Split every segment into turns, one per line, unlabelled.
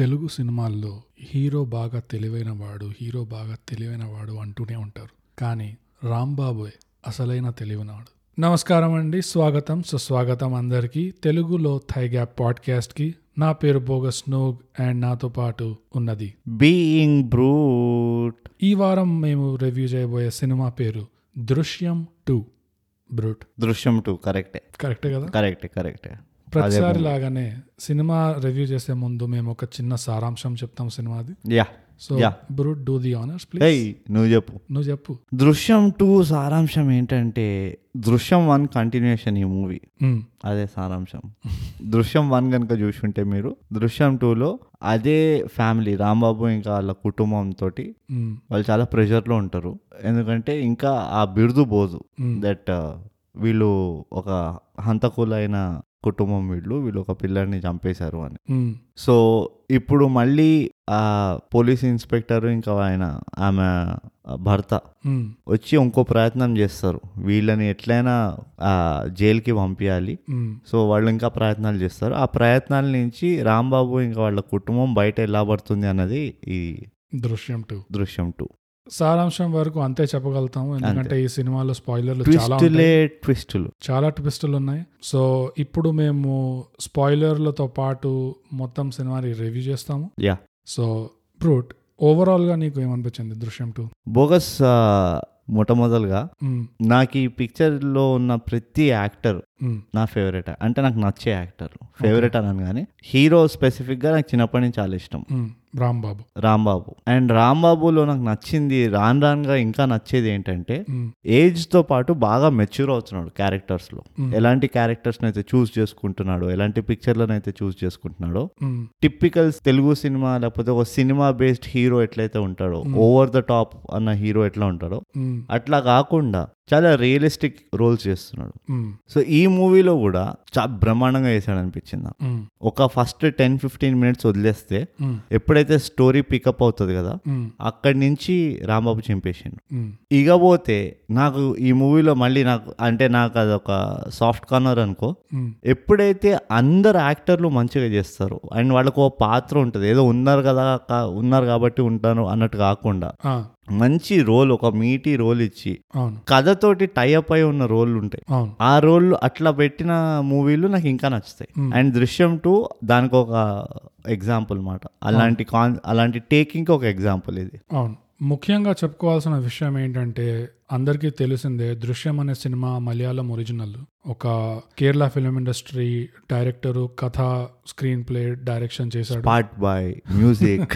తెలుగు సినిమాల్లో హీరో బాగా తెలివైనవాడు హీరో బాగా తెలివైనవాడు అంటూనే ఉంటారు కానీ రాంబాబుయే అసలైన తెలివినవాడు నమస్కారం అండి స్వాగతం సుస్వాగతం అందరికీ తెలుగులో థైగ్యాప్ పాడ్కాస్ట్కి నా పేరు బోగస్ నోగ్ అండ్ నాతో పాటు ఉన్నది
బీయింగ్ బ్రూట్
ఈ వారం మేము రివ్యూ చేయబోయే సినిమా పేరు దృశ్యం టూ బ్రూట్
దృశ్యం టూ కరెక్టే
కరెక్టే కదా
కరెక్టే కరెక్టే
ప్రతిసారి లాగానే సినిమా రివ్యూ చేసే ముందు మేము ఒక చిన్న సారాంశం చెప్తాం సినిమాది
yeah
so
Yeah.
Brute do the honours
hey
please
నువ్వు చెప్పు
నువ్వు చెప్పు
దృశ్యం టూ సారాంశం ఏంటంటే దృశ్యం వన్ కంటిన్యూషన్ ఈ మూవీ
మ్మ్.
అదే సారాంశం దృశ్యం వన్ కనుక చూసుంటే మీరు దృశ్యం టూలో అదే ఫ్యామిలీ రాంబాబు ఇంకా వాళ్ళ కుటుంబంతో
మ్మ్.
వాళ్ళు చాలా ప్రెషర్లో ఉంటారు ఎందుకంటే ఇంకా ఆ బిరుదు బోదు
Hmm.
దట్ వీళ్ళు ఒక హంతకులైన కుటుంబం వీళ్ళు వీళ్ళు ఒక పిల్లల్ని చంపేశారు అని
మ్మ్.
సో ఇప్పుడు మళ్ళీ ఆ పోలీస్ ఇన్స్పెక్టర్ ఇంకా ఆయన ఆమె భర్త
మ్మ్.
వచ్చి ఇంకో ప్రయత్నం చేస్తారు వీళ్ళని ఎట్లయినా ఆ, జైలుకి పంపించాలి
మ్మ్.
సో వాళ్ళు ఇంకా ప్రయత్నాలు చేస్తారు ఆ ప్రయత్నాల నుంచి రాంబాబు ఇంకా వాళ్ళ కుటుంబం బయట ఎలా పడుతుంది అన్నది ఈ
దృశ్యం టూ
దృశ్యం టూ
సారాంశం వరకు అంతే చెప్పగలుగుతాము ఎందుకంటే ఈ సినిమాలో స్పాయిలర్లు చాలా
ట్విస్టులే
ఉంటాయి.
ట్విస్టులు
చాలా ట్విస్టులు ఉన్నాయి సో ఇప్పుడు మేము స్పాయిలర్లతో పాటు మొత్తం సినిమాని రివ్యూ చేస్తాము
యా
సో బ్రూట్ ఓవరాల్ గా నీకు ఏమనిపించింది దృశ్యం టూ
బోగస్ ఆ, మొట్టమొదలుగా
మ్మ్.
నాకు ఈ పిక్చర్లో ఉన్న ప్రతి యాక్టర్
మ్మ్.
నా ఫేవరెట్ అంటే నాకు నచ్చే యాక్టర్ ఫేవరెట్ అన్నాను కానీ హీరో స్పెసిఫిక్గా నాకు చిన్నప్పటి నుంచి చాలా ఇష్టం
మ్మ్. రాంబాబు
రాంబాబు అండ్ రాంబాబులో నాకు నచ్చింది రాన్ రాన్గా ఇంకా నచ్చేది ఏంటంటే
మ్మ్.
ఏజ్తో పాటు బాగా మెచ్యూర్ అవుతున్నాడు క్యారెక్టర్స్లో
Hmm.
ఎలాంటి క్యారెక్టర్స్ని అయితే చూస్ చేసుకుంటున్నాడు ఎలాంటి పిక్చర్లను అయితే చూస్ చేసుకుంటున్నాడో
మ్మ్.
టిప్పికల్ తెలుగు సినిమా లేకపోతే ఒక సినిమా బేస్డ్ హీరో ఎట్లయితే ఉంటాడో ఓవర్ ద టాప్ అన్న హీరో ఎట్లా ఉంటాడో
మ్మ్.
అట్లా కాకుండా చాలా రియలిస్టిక్ రోల్స్ చేస్తున్నాడు
మ్మ్.
సో ఈ మూవీలో కూడా చాలా బ్రహ్మాండంగా చేశాడు అనిపించింది నాకు.
మ్మ్.
ఒక ఫస్ట్ టెన్ ఫిఫ్టీన్ మినిట్స్ వదిలేస్తే
మ్మ్.
ఎప్పుడైతే స్టోరీ పికప్ అవుతుంది కదా
మ్మ్.
అక్కడి నుంచి రాంబాబు చింపేసిండు
మ్మ్.
ఇకపోతే నాకు ఈ మూవీలో మళ్ళీ నాకు అంటే నాకు అదొక సాఫ్ట్ కార్నర్ అనుకో
మ్మ్.
ఎప్పుడైతే అందరు యాక్టర్లు మంచిగా చేస్తారు అండ్ వాళ్ళకు ఒక పాత్ర ఉంటుంది ఏదో ఉన్నారు కదా కా- ఉన్నారు కాబట్టి ఉంటాను అన్నట్టు కాకుండా
ఆ,
మంచి రోల్ ఒక మీటి రోల్ ఇచ్చి
అవును
కథతోటి టైఅప్ అయి ఉన్న రోల్ ఉంటాయి
అవును
ఆ రోల్ అట్లా పెట్టిన మూవీలు నాకు ఇంకా నచ్చుతాయి అండ్ దృశ్యం టూ దానికి ఒక ఎగ్జాంపుల్ మాట అలాంటి కాన్ అలాంటి టేకింగ్ ఒక ఎగ్జాంపుల్ ఇది
అవును ముఖ్యంగా చెప్పుకోవాల్సిన విషయం ఏంటంటే అందరికీ తెలిసిందే దృశ్యం అనే సినిమా మలయాళం ఒరిజినల్ ఒక కేరళ ఫిల్మ్ ఇండస్ట్రీ డైరెక్టరు కథ స్క్రీన్ ప్లే డైరెక్షన్ చేశాడు
part boy music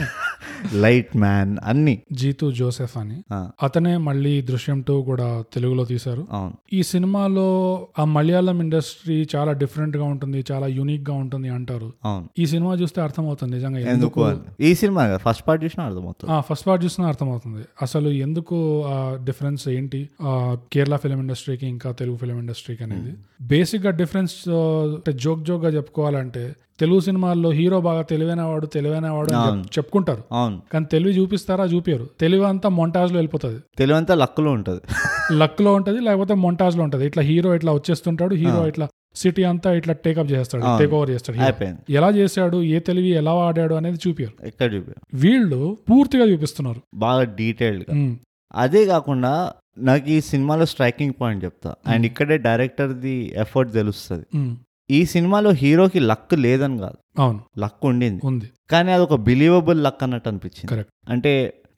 light man అన్ని
జీతు జోసెఫ్ అని
ఆ,
అతనే మళ్ళీ దృశ్యం టూ కూడా తెలుగులో తీశారు
అవును
ఈ సినిమాలో ఆ మలయాళం ఇండస్ట్రీ చాలా డిఫరెంట్ గా ఉంటుంది చాలా యూనిక్ గా ఉంటుంది అంటారు
అవును
ఈ సినిమా చూస్తే అర్థమవుతుంది నిజంగా
ఎందుకు
ఎందుకు
అని. ఈ సినిమా ఫస్ట్ పార్ట్ చూసిన అర్థమవుతుంది
ఫస్ట్ పార్ట్ చూసినా అర్థమవుతుంది అసలు ఎందుకు ఆ డిఫరెన్స్ ఏంటి ఆ, కేరళ ఫిలిం ఇండస్ట్రీకి ఇంకా తెలుగు ఫిలిం ఇండస్ట్రీకి అనేది
Hmm.
బేసిక్ గా డిఫరెన్స్ జోక్ జోక్ గా చెప్పుకోవాలంటే తెలుగు సినిమాల్లో హీరో బాగా తెలివైన వాడు తెలివైన వాడు అని చెప్- చెప్పుకుంటారు
అవును
కానీ తెలివి చూపిస్తారా చూపారు తెలివి అంతా మొంటాజ్ లో వెళ్ళిపోతుంది
తెలివంతా లక్కులో ఉంటుంది
లక్ లో ఉంటది లేకపోతే మొంటాజ్ లో ఉంటది ఇట్లా హీరో ఇట్లా వచ్చేస్తుంటాడు హీరో ఇట్లా సిటీ అంతా ఇట్లా టేకప్ చేస్తాడు
అవును.
టేక్ ఓవర్ చేస్తాడు hero.
అయిపోయింది
ఎలా చేశాడు ఏ తెలివి ఎలా ఆడాడు అనేది చూపారు
ఎక్కడ చూపి
వీళ్ళు పూర్తిగా చూపిస్తున్నారు
బాగా డీటెయిల్డ్గా
ఉమ్,
అదే కాకుండా నాకు ఈ సినిమాలో స్ట్రైకింగ్ పాయింట్ చెప్తా అండ్ ఇక్కడే డైరెక్టర్ది ఎఫర్ట్ తెలుస్తుంది
ఉమ్,
ఈ సినిమాలో హీరోకి లక్ లేదని కాదు
అవును
లక్ ఉండింది
ఉంది
కానీ అది ఒక బిలీవబుల్ లక్ అన్నట్టు అనిపించింది
కరెక్ట్
అంటే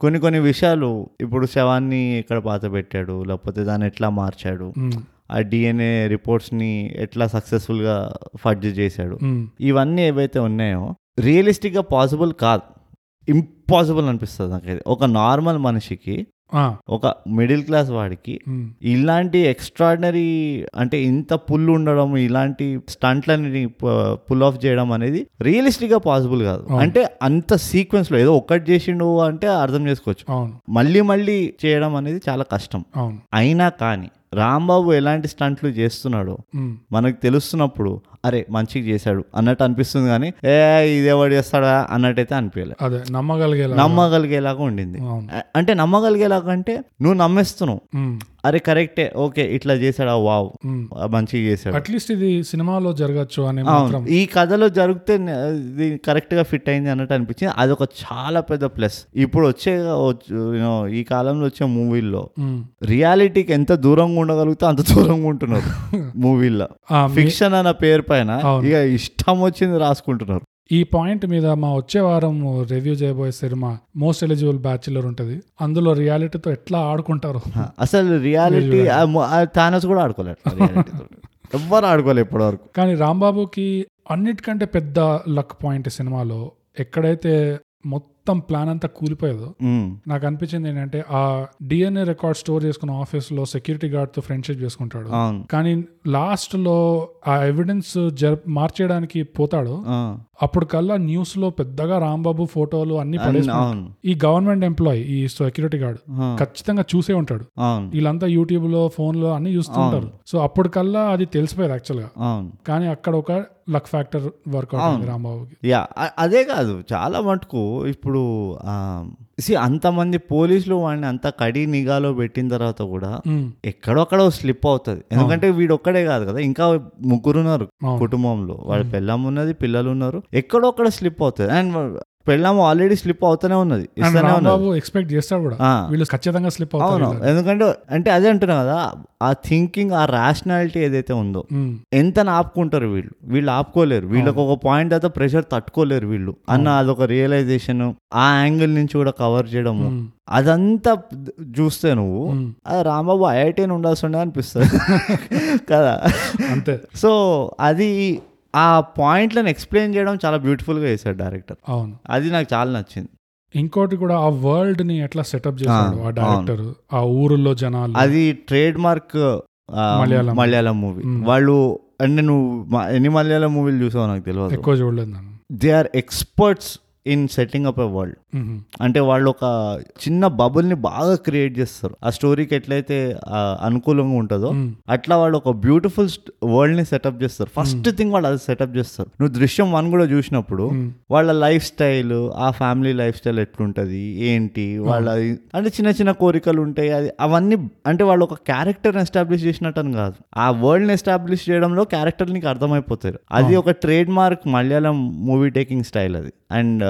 కొన్ని కొన్ని విషయాలు ఇప్పుడు శవాన్ని ఎక్కడ పాత పెట్టాడు లేకపోతే దాన్ని ఎట్లా మార్చాడు ఆ డిఎన్ఏ రిపోర్ట్స్ని ఎట్లా సక్సెస్ఫుల్గా ఫడ్జ్ చేశాడు ఇవన్నీ ఏవైతే ఉన్నాయో రియలిస్టిక్గా పాసిబుల్ కాదు ఇంపాసిబుల్ అనిపిస్తుంది నాకైతే ఒక నార్మల్ మనిషికి ఒక మిడిల్ క్లాస్ వాడికి ఇలాంటి ఎక్స్ట్రాడినరీ అంటే ఇంత పుల్ ఉండడం ఇలాంటి స్టంట్లని పుల్ ఆఫ్ చేయడం అనేది రియలిస్టిక్గా పాసిబుల్ కాదు
అవును.
అంటే అంత సీక్వెన్స్లో ఏదో ఒక్కటి చేసిండు అంటే అర్థం చేసుకోవచ్చు
అవును
మళ్ళీ మళ్ళీ చేయడం అనేది చాలా కష్టం
అవును
అయినా కానీ రాంబాబు ఎలాంటి స్టంట్లు చేస్తున్నాడో
ఉమ్,
మనకు తెలుస్తున్నప్పుడు అరే మంచిగా చేశాడు అన్నట్టు అనిపిస్తుంది కానీ ఏ ఇదేవాడు చేస్తాడా అన్నట్టయితే అనిపించలేదు
అదే నమ్మగలిగేలా
నమ్మగలిగేలాగా ఉండింది
అవును.
అ- అంటే నమ్మగలిగేలాగా అంటే నువ్వు నమ్మేస్తున్నావు
ఉమ్,
అరే కరెక్టే ఓకే ఇట్లా చేశాడా వావ్
ఉమ్.
ఆ, మంచిగా చేశాడు
అట్లీస్ట్ ఇది సినిమాలో జరగచ్చు అనే
అవును
మాత్రం
ఈ కథలో జరిగితే నే- ఇది correct గా ఫిట్ అయింది అన్నట్టు అనిపించింది అదొక చాలా పెద్ద ప్లస్ ఇప్పుడు వచ్చే వచ్చు, you know, ఈ కాలంలో వచ్చే మూవీల్లో
ఉమ్.
రియాలిటీకి ఎంత దూరంగా ఉండగలిగితే అంత దూరంగా ఉంటున్నారు మూవీల్లో
ఆ, మీ-
ఫిక్షన్ అన్న పేరు పైన
అవును.
ఇక ఇష్టం వచ్చింది రాసుకుంటున్నారు
ఈ పాయింట్ మీద మా వచ్చే వారం రివ్యూ చేయబోయే సినిమా మోస్ట్ ఎలిజిబుల్ బ్యాచులర్ ఉంటది అందులో రియాలిటీతో ఎట్లా ఆడుకుంటారు
అసలు రియాలిటీ థానస్ కూడా ఆడుకోలేరు ఎవ్వరు ఆడుకోలేదు ఇప్పటివరకు
కానీ రాంబాబుకి అన్నిటికంటే పెద్ద లక్ పాయింట్ ఈ సినిమాలో ఎక్కడైతే మొత్తం ప్లాన్ అంతా కూలిపోయేదో
ఉమ్,
నాకు అనిపించింది ఏంటంటే ఆ డిఎన్ఏ రికార్డ్ స్టోర్ చేసుకున్న ఆఫీస్ లో సెక్యూరిటీ గార్డ్ తో ఫ్రెండ్షిప్ చేసుకుంటాడు
అవును
కానీ లాస్ట్ లో ఆ ఎవిడెన్స్ జర మార్చేయడానికి పోతాడు
ఆ,
అప్పుడు కల్లా న్యూస్ లో పెద్దగా రాంబాబు ఫోటోలు అన్ని
అవును
పడేసుకుంటాడు ఈ గవర్నమెంట్ ఎంప్లాయీ ఈ సెక్యూరిటీ గార్డ్
ఆ,
ఖచ్చితంగా చూసే ఉంటాడు
అవును
వీళ్ళంతా యూట్యూబ్ లో ఫోన్ లో అన్ని చూస్తుంటారు సో అప్పటికల్లా అది తెలిసిపోయేది యాక్చువల్ గా
అవును
కానీ అక్కడ ఒక లక్ ఫ్యాక్టర్ వర్కౌట్ అయింది రాంబాబుకి
యా అ- అదే కాదు చాలా మటుకు ఇప్పుడు సి అంతమంది పోలీసులు వాడిని అంత కడి నిఘాలో పెట్టిన తర్వాత కూడా
ఉమ్,
ఎక్కడొక్కడ స్లిప్ అవుతుంది ఎందుకంటే వీడు ఒక్కడే కాదు కదా ఇంకా ముగ్గురు ఉన్నారు
అవును.
కుటుంబంలో వాళ్ళ పెళ్ళం ఉన్నది పిల్లలు ఉన్నారు ఎక్కడొక్కడ స్లిప్ అవుతుంది అండ్ పెళ్ళం ఆల్రెడీ స్లిప్ అవుతూనే ఉన్నది
అండ్
ఇస్తూనే ఉన్నది
రాంబాబు ఎక్స్పెక్ట్ చేస్తాడు కూడా
ఆ,
వీళ్ళు ఖచ్చితంగా స్లిప్ అవుతారు
అవును ఎందుకంటే అంటే అదే అంటున్నా కదా ఆ థింకింగ్ ఆ రాషనాలిటీ ఏదైతే ఉందో
ఉమ్,
ఎంత ఆపుకుంటారు వీళ్ళు వీళ్ళు ఆపుకోలేరు వీళ్ళకి ఒక పాయింట్ తర్వాత ప్రెషర్ తట్టుకోలేరు వీళ్ళు అన్న అదొక రియలైజేషన్ ఆ యాంగిల్ నుంచి కూడా కవర్ చేయడము
ఉమ్,
అదంతా చూస్తే నువ్వు
ఉమ్,
ఆ రాంబాబు ఐఐటీని ఉండాల్సి ఉండే అనిపిస్తుంది కదా
అంతే
సో అది ఆ పాయింట్లను ఎక్స్ప్లెయిన్ చేయడం చాలా బ్యూటిఫుల్గా చేశాడు డైరెక్టర్
అవును
అది నాకు చాలా నచ్చింది
ఇంకోటి కూడా ఆ వరల్డ్ ని ఎట్లా సెటప్ చేశాడు ఆ
అవును.
డైరెక్టర్ ఆ ఊరుల్లో జనాలు
అది trade mark
Malayalam.
Malayalam movie
Mm.
వాళ్ళు అంటే నువ్వు మ- ఎన్ని మలయాళం మూవీలు చూసావు నాకు తెలియదు
ఎక్కువ చూడలేదు నన్ను
they are experts in setting up a world
ఉమ్,
అంటే వాళ్ళు ఒక చిన్న బబుల్ని బాగా క్రియేట్ చేస్తారు ఆ స్టోరీకి ఎట్లయితే ఆ, అనుకూలంగా ఉంటుందో
ఉమ్,
అట్లా వాళ్ళు ఒక బ్యూటిఫుల్ వరల్డ్ని సెటప్ చేస్తారు ఫస్ట్ థింగ్ వాళ్ళు అది సెటప్ చేస్తారు నువ్వు దృశ్యం వన్ కూడా చూసినప్పుడు
ఉమ్,
వాళ్ళ లైఫ్ స్టైల్ ఆ ఫ్యామిలీ లైఫ్ స్టైల్ ఎట్లుంటుంది ఏంటి వాళ్ళ అంటే చిన్న చిన్న కోరికలు ఉంటాయి అది అవన్నీ అంటే వాళ్ళు ఒక క్యారెక్టర్ని ఎస్టాబ్లిష్ చేసినట్టు అని కాదు ఆ వరల్డ్ని ఎస్టాబ్లిష్ చేయడంలో క్యారెక్టర్ నీకు అర్థమైపోతారు అది ఒక trade mark Malayalam movie taking style అది అండ్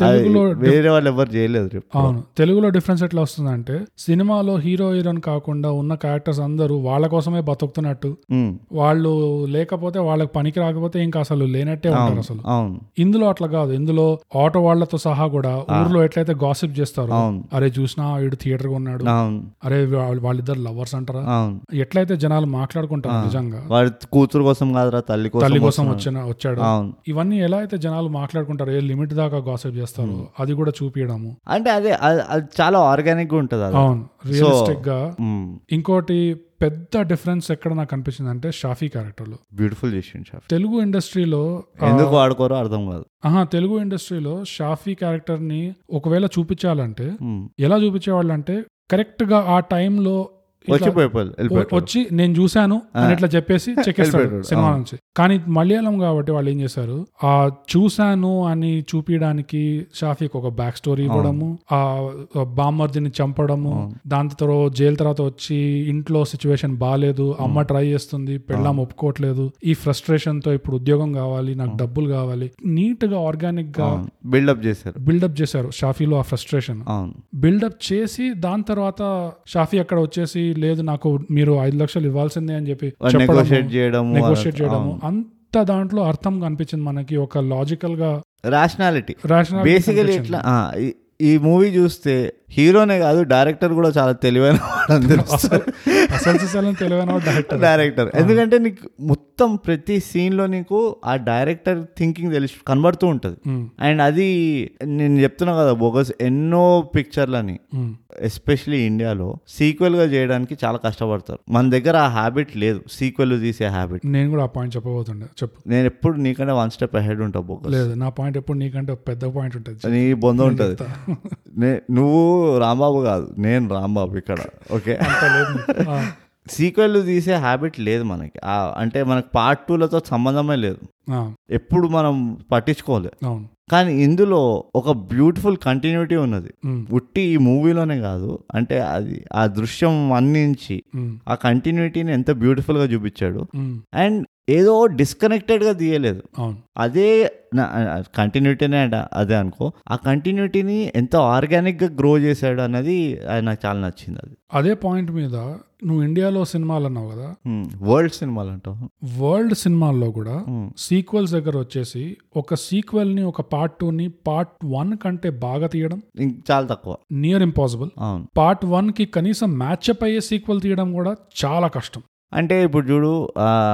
తెలుగులో
వేరే వాళ్ళు ఎవరు చేయలేదు రేపు
అవును తెలుగులో డిఫరెన్స్ ఎట్లా వస్తుందంటే సినిమాలో హీరో హీరోయిన్ కాకుండా ఉన్న క్యారెక్టర్స్ అందరూ వాళ్ళ కోసమే బతుకుతున్నట్టు
ఉమ్,
వాళ్ళు లేకపోతే వాళ్ళకి పనికి రాకపోతే ఇంకా అసలు లేనట్టే ఉంటారు అసలు
అవును
ఇందులో అట్లా కాదు ఇందులో ఆటో వాళ్ళతో సహా కూడా ఊర్లో ఎట్లయితే గాసిప్ చేస్తారు
అవును.
అరే చూసినా వీడు థియేటర్ ఉన్నాడు
అవును
అరే వా- వాళ్ళిద్దరు లవర్స్ అంటారా
అవును
ఎట్లయితే జనాలు మాట్లాడుకుంటారు నిజంగా
వాడి కూతురు కోసం కాదురా తల్లి కోసం
తల్లి కోసం వచ్చిన వచ్చాడు
అవును
ఇవన్నీ ఎలా అయితే జనాలు మాట్లాడుకుంటారు ఏ లిమిట్ దాకా గాసిప్ చేస్తారు అది కూడా చూపించడము
అంటే అదే అది- అది చాలా ఆర్గానిక్ గా ఉంటది అది
అవును రియలిస్టిక్ గా
ఉమ్,
ఇంకోటి పెద్ద డిఫరెన్స్ ఎక్కడ నాకు అనిపించింది అంటే షాఫీ క్యారెక్టర్లో
బ్యూటిఫుల్ చేసిండు షాఫీ
తెలుగు ఇండస్ట్రీలో ఆ,
ఎందుకు వాడుకోరో అర్థం కాదు
ఆహా తెలుగు ఇండస్ట్రీలో షాఫీ క్యారెక్టర్ ని ఒకవేళ చూపించాలంటే
ఉమ్.
ఎలా చూపించేవాళ్ళు అంటే కరెక్ట్ గా ఆ టైంలో
వచ్చి పోయిపోయారు వెళ్ళిపోయారు
వచ్చి నేను చూశాను అని ఇట్లా చెప్పేసి చెక్కేస్తాడు
వెళ్ళిపోయాడు.
సినిమా
అవును.
నుంచి కానీ మలయాళం కాబట్టి వాళ్ళు ఏం చేశారు ఆ చూశాను అని చూపించడానికి షాఫీకి ఒక బ్యాక్ స్టోరీ ఇవ్వడము ఆ బామ్మర్దిని చంపడము దాని తర్వాత జైలు తర్వాత వచ్చి ఇంట్లో సిచ్యువేషన్ బాగాలేదు అమ్మ ట్రై చేస్తుంది పెళ్ళాం ఒప్పుకోవట్లేదు ఈ ఫ్రస్ట్రేషన్ తో ఇప్పుడు ఉద్యోగం కావాలి నాకు డబ్బులు కావాలి నీట్ గా ఆర్గానిక్ గా
బిల్డప్ చేశారు
బిల్డప్ చేశారు షాఫీలో ఆ ఫ్రస్ట్రేషన్
అవును
బిల్డప్ చేసి దాని తర్వాత షాఫీ అక్కడ వచ్చేసి లేదు నాకు మీరు ఐదు లక్షలు ఇవ్వాల్సిందే అని చెప్పి
నెగోషియేట్ Uh, చేయడము
నెగోషియేట్ చేయడము అంత దాంట్లో అర్థం కనిపించింది మనకి ఒక లాజికల్ గా
రాషనాలిటీ
రేషనల్
బేసికలీ ఇట్లా ఆ, ఈ- ఈ మూవీ చూస్తే హీరోనే కాదు డైరెక్టర్ కూడా చాలా తెలివైన వాడు అని తెలుస్తుంది
అసలు చూసాలని తెలివైన డైరెక్టర్
డైరెక్టర్ ఎందుకంటే నీకు మొత్తం ప్రతి సీన్ లో నీకు ఆ డైరెక్టర్ థింకింగ్ తెలిసి కనబడుతూ ఉంటది అండ్ అది నేను చెప్తున్నా కదా బోగస్ ఎన్నో పిక్చర్లని ఎస్పెషలీ ఇండియాలో సీక్వెల్ గా చేయడానికి చాలా కష్టపడతారు మన దగ్గర ఆ హ్యాబిట్ లేదు సీక్వెల్ తీసే హ్యాబిట్
నేను కూడా ఆ పాయింట్ చెప్పబోతుండే చెప్పు
నేను ఎప్పుడు నీకంటే వన్ స్టెప్ అహెడ్ ఉంటా బోగస్
లేదు నా పాయింట్ ఎప్పుడు నీకంటే ఒక పెద్ద పాయింట్ ఉంటుంది
నీ బొంద ఉంటుంది నే నువ్వు రాంబాబు కాదు నేను రాంబాబు ఇక్కడ ఓకే
అంత లేదు నీకు. ఆ,
సీక్వెల్ తీసే హ్యాబిట్ లేదు మనకి ఆ, అంటే మనకు పార్ట్ టూలతో సంబంధమే లేదు
ఆ,
ఎప్పుడు మనం పట్టించుకోలేదు
అవును
కానీ ఇందులో ఒక బ్యూటిఫుల్ కంటిన్యూటీ ఉన్నది
ఉమ్,
ఉట్టి ఈ మూవీలోనే కాదు అంటే అది ఆ దృశ్యం అందించి
ఉమ్,
ఆ కంటిన్యూటీని ఎంత బ్యూటిఫుల్గా చూపించాడు
ఉమ్,
అండ్ ఏదో డిస్కనెక్టెడ్గా తీయలేదు
Hmm. అవును
అదే కంటిన్యూటీనే అంట అదే అనుకో ఆ కంటిన్యూటీని ఎంత ఆర్గానిక్గా గ్రో చేశాడు అన్నది అది నాకు చాలా నచ్చింది అది
అదే పాయింట్ మీద నువ్వు ఇండియాలో సినిమాలు అన్నావు కదా
వరల్డ్ సినిమాలు అంటావు
వరల్డ్ సినిమాల్లో కూడా
Hmm.
సీక్వెల్స్ దగ్గర వచ్చేసి ఒక sequel ని ఒక పార్ట్ టూని పార్ట్ వన్ కంటే బాగా తీయడం
ఇంక చాలా తక్కువ
నియర్ ఇంపాసిబుల్
అవును
పార్ట్ కి కనీసం మ్యాచ్అప్ అయ్యే సీక్వెల్ తీయడం కూడా చాలా కష్టం
అంటే ఇప్పుడు చూడు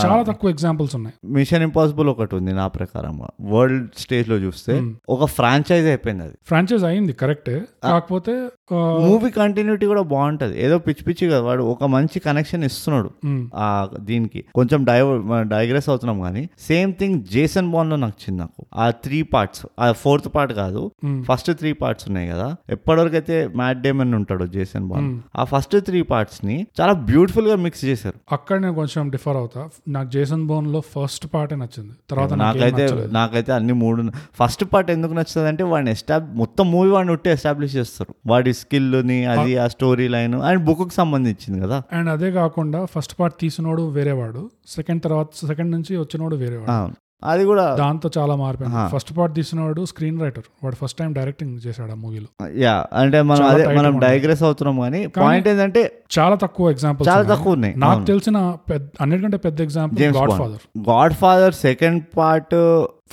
చాలా
Ah.
తక్కువ ఎగ్జాంపుల్స్ ఉన్నాయి
మిషన్ ఇంపాసిబుల్ ఒకటి ఉంది నా ప్రకారంగా వరల్డ్ స్టేజ్ లో చూస్తే ఒక ఫ్రాంచైజ్ అయిపోయింది అది
ఫ్రాంచైజ్ అయింది కరెక్టే
Ah.
కాకపోతే ఆ,
మూవీ కంటిన్యూటీ కూడా బాగుంటది ఏదో పిచ్చి పిచ్చి కదా వాడు ఒక మంచి కనెక్షన్ ఇస్తున్నాడు
ఉమ్,
ఆ దీనికి కొంచెం డైవర్ డైగ్రెస్ అవుతున్నాం కానీ సేమ్ థింగ్ జేసన్ బాండ్ లో నచ్చింది నాకు ఆ త్రీ పార్ట్స్ ఆ ఫోర్త్ పార్ట్ కాదు
ఉమ్,
ఫస్ట్ త్రీ పార్ట్స్ ఉన్నాయి కదా ఎప్పటివరకు అయితే మ్యాట్ డేమన్ ఉంటాడు జేసన్ బాండ్ ఆ ఫస్ట్ త్రీ పార్ట్స్ ని చాలా బ్యూటిఫుల్ గా మిక్స్ చేశారు
అక్కడ నేను కొంచెం డిఫర్ అవుతా నాకు జేసన్ బోన్ లో ఫస్ట్ పార్టే నచ్చింది తర్వాత నాకు
నాకైతే నాకైతే అన్ని మూడు ఫస్ట్ పార్ట్ ఎందుకు నచ్చుతుంది అంటే వాడిని ఎస్టాబ్ మొత్తం మూవీ వాడిని ఉట్టి ఎస్టాబ్లిష్ చేస్తారు వాడి స్కిల్ని అది ఆ స్టోరీ లైన్ అండ్ book కు సంబంధించింది కదా
అండ్ అదే కాకుండా ఫస్ట్ పార్ట్ తీసినోడు వేరేవాడు సెకండ్ తర్వాత సెకండ్ నుంచి వచ్చినోడు వేరేవాడు
అవును. అది కూడా
దాంతో చాలా మార్పు ఫస్ట్ పార్ట్ తీసినవాడు స్క్రీన్ రైటర్ వాడు ఫస్ట్ టైం డైరెక్టింగ్ చేశాడు ఆ మూవీలో
యా అంటే మనం
చాలా
అదే
tight
మనం
ఉంటుంది.
డైగ్రెస్ అవుతున్నాం కానీ పాయింట్ ఏంటంటే
చాలా తక్కువ ఎగ్జాంపుల్
చాలా తక్కువ ఉన్నాయి
నాకు తెలిసిన పెద్ద- అన్నిటికంటే పెద్ద example
James
God
Bond.
Father
God father second part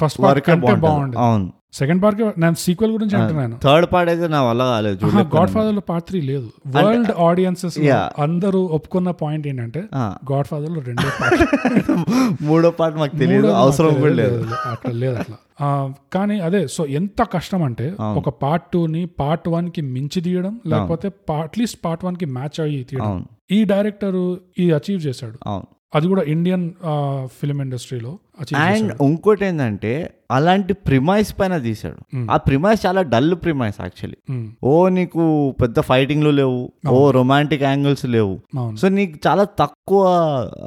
first part
వరకే
కంటే
బాగుంటుంది
బాగుండేది
అవును
సెకండ్ పార్ట్ నేను సీక్వెల్ గురించి అంటున్నాను
థర్డ్ పార్ట్ అయితే నా వల్ల కాలేదు చూడలేదు
గాడ్ ఫాదర్ లో పార్ట్ త్రీ లేదు వరల్డ్ ఆడియన్సెస్
Yeah.
అందరూ ఒప్పుకున్న పాయింట్ ఏంటంటే
ఆ.
గాడ్ ఫాదర్ లో రెండో part.
మూడో పార్ట్ మాకు తెలియదు
మూడోది
అవసరం
మాకు
కూడా
లేదు,
లేదు
లేదు, అట్లా లేదు అట్లా ఆ, కానీ అదే సో ఎంత కష్టం అంటే ఒక పార్ట్ టూ ని పార్ట్ వన్ కి మించి తీయడం లేకపోతే అట్లీస్ట్ పార్ట్ వన్ కి మ్యాచ్ అయ్యి తీయడం
అవును
ఈ డైరెక్టర్ ఇది అచీవ్ చేశాడు
అవును
అది కూడా ఇండియన్ ఫిల్మ్ ఇండస్ట్రీలో అచీవ్
అండ్ ఇంకోటి ఏంటంటే అలాంటి ప్రిమైస్ పైన తీశాడు ఆ ప్రిమైస్ చాలా డల్ ప్రిమైస్ యాక్చువల్లీ
ఉమ్,
ఓ నీకు పెద్ద ఫైటింగ్లు లేవు ఓ రొమాంటిక్ యాంగిల్స్ లేవు
అవును
సో నీకు చాలా తక్కువ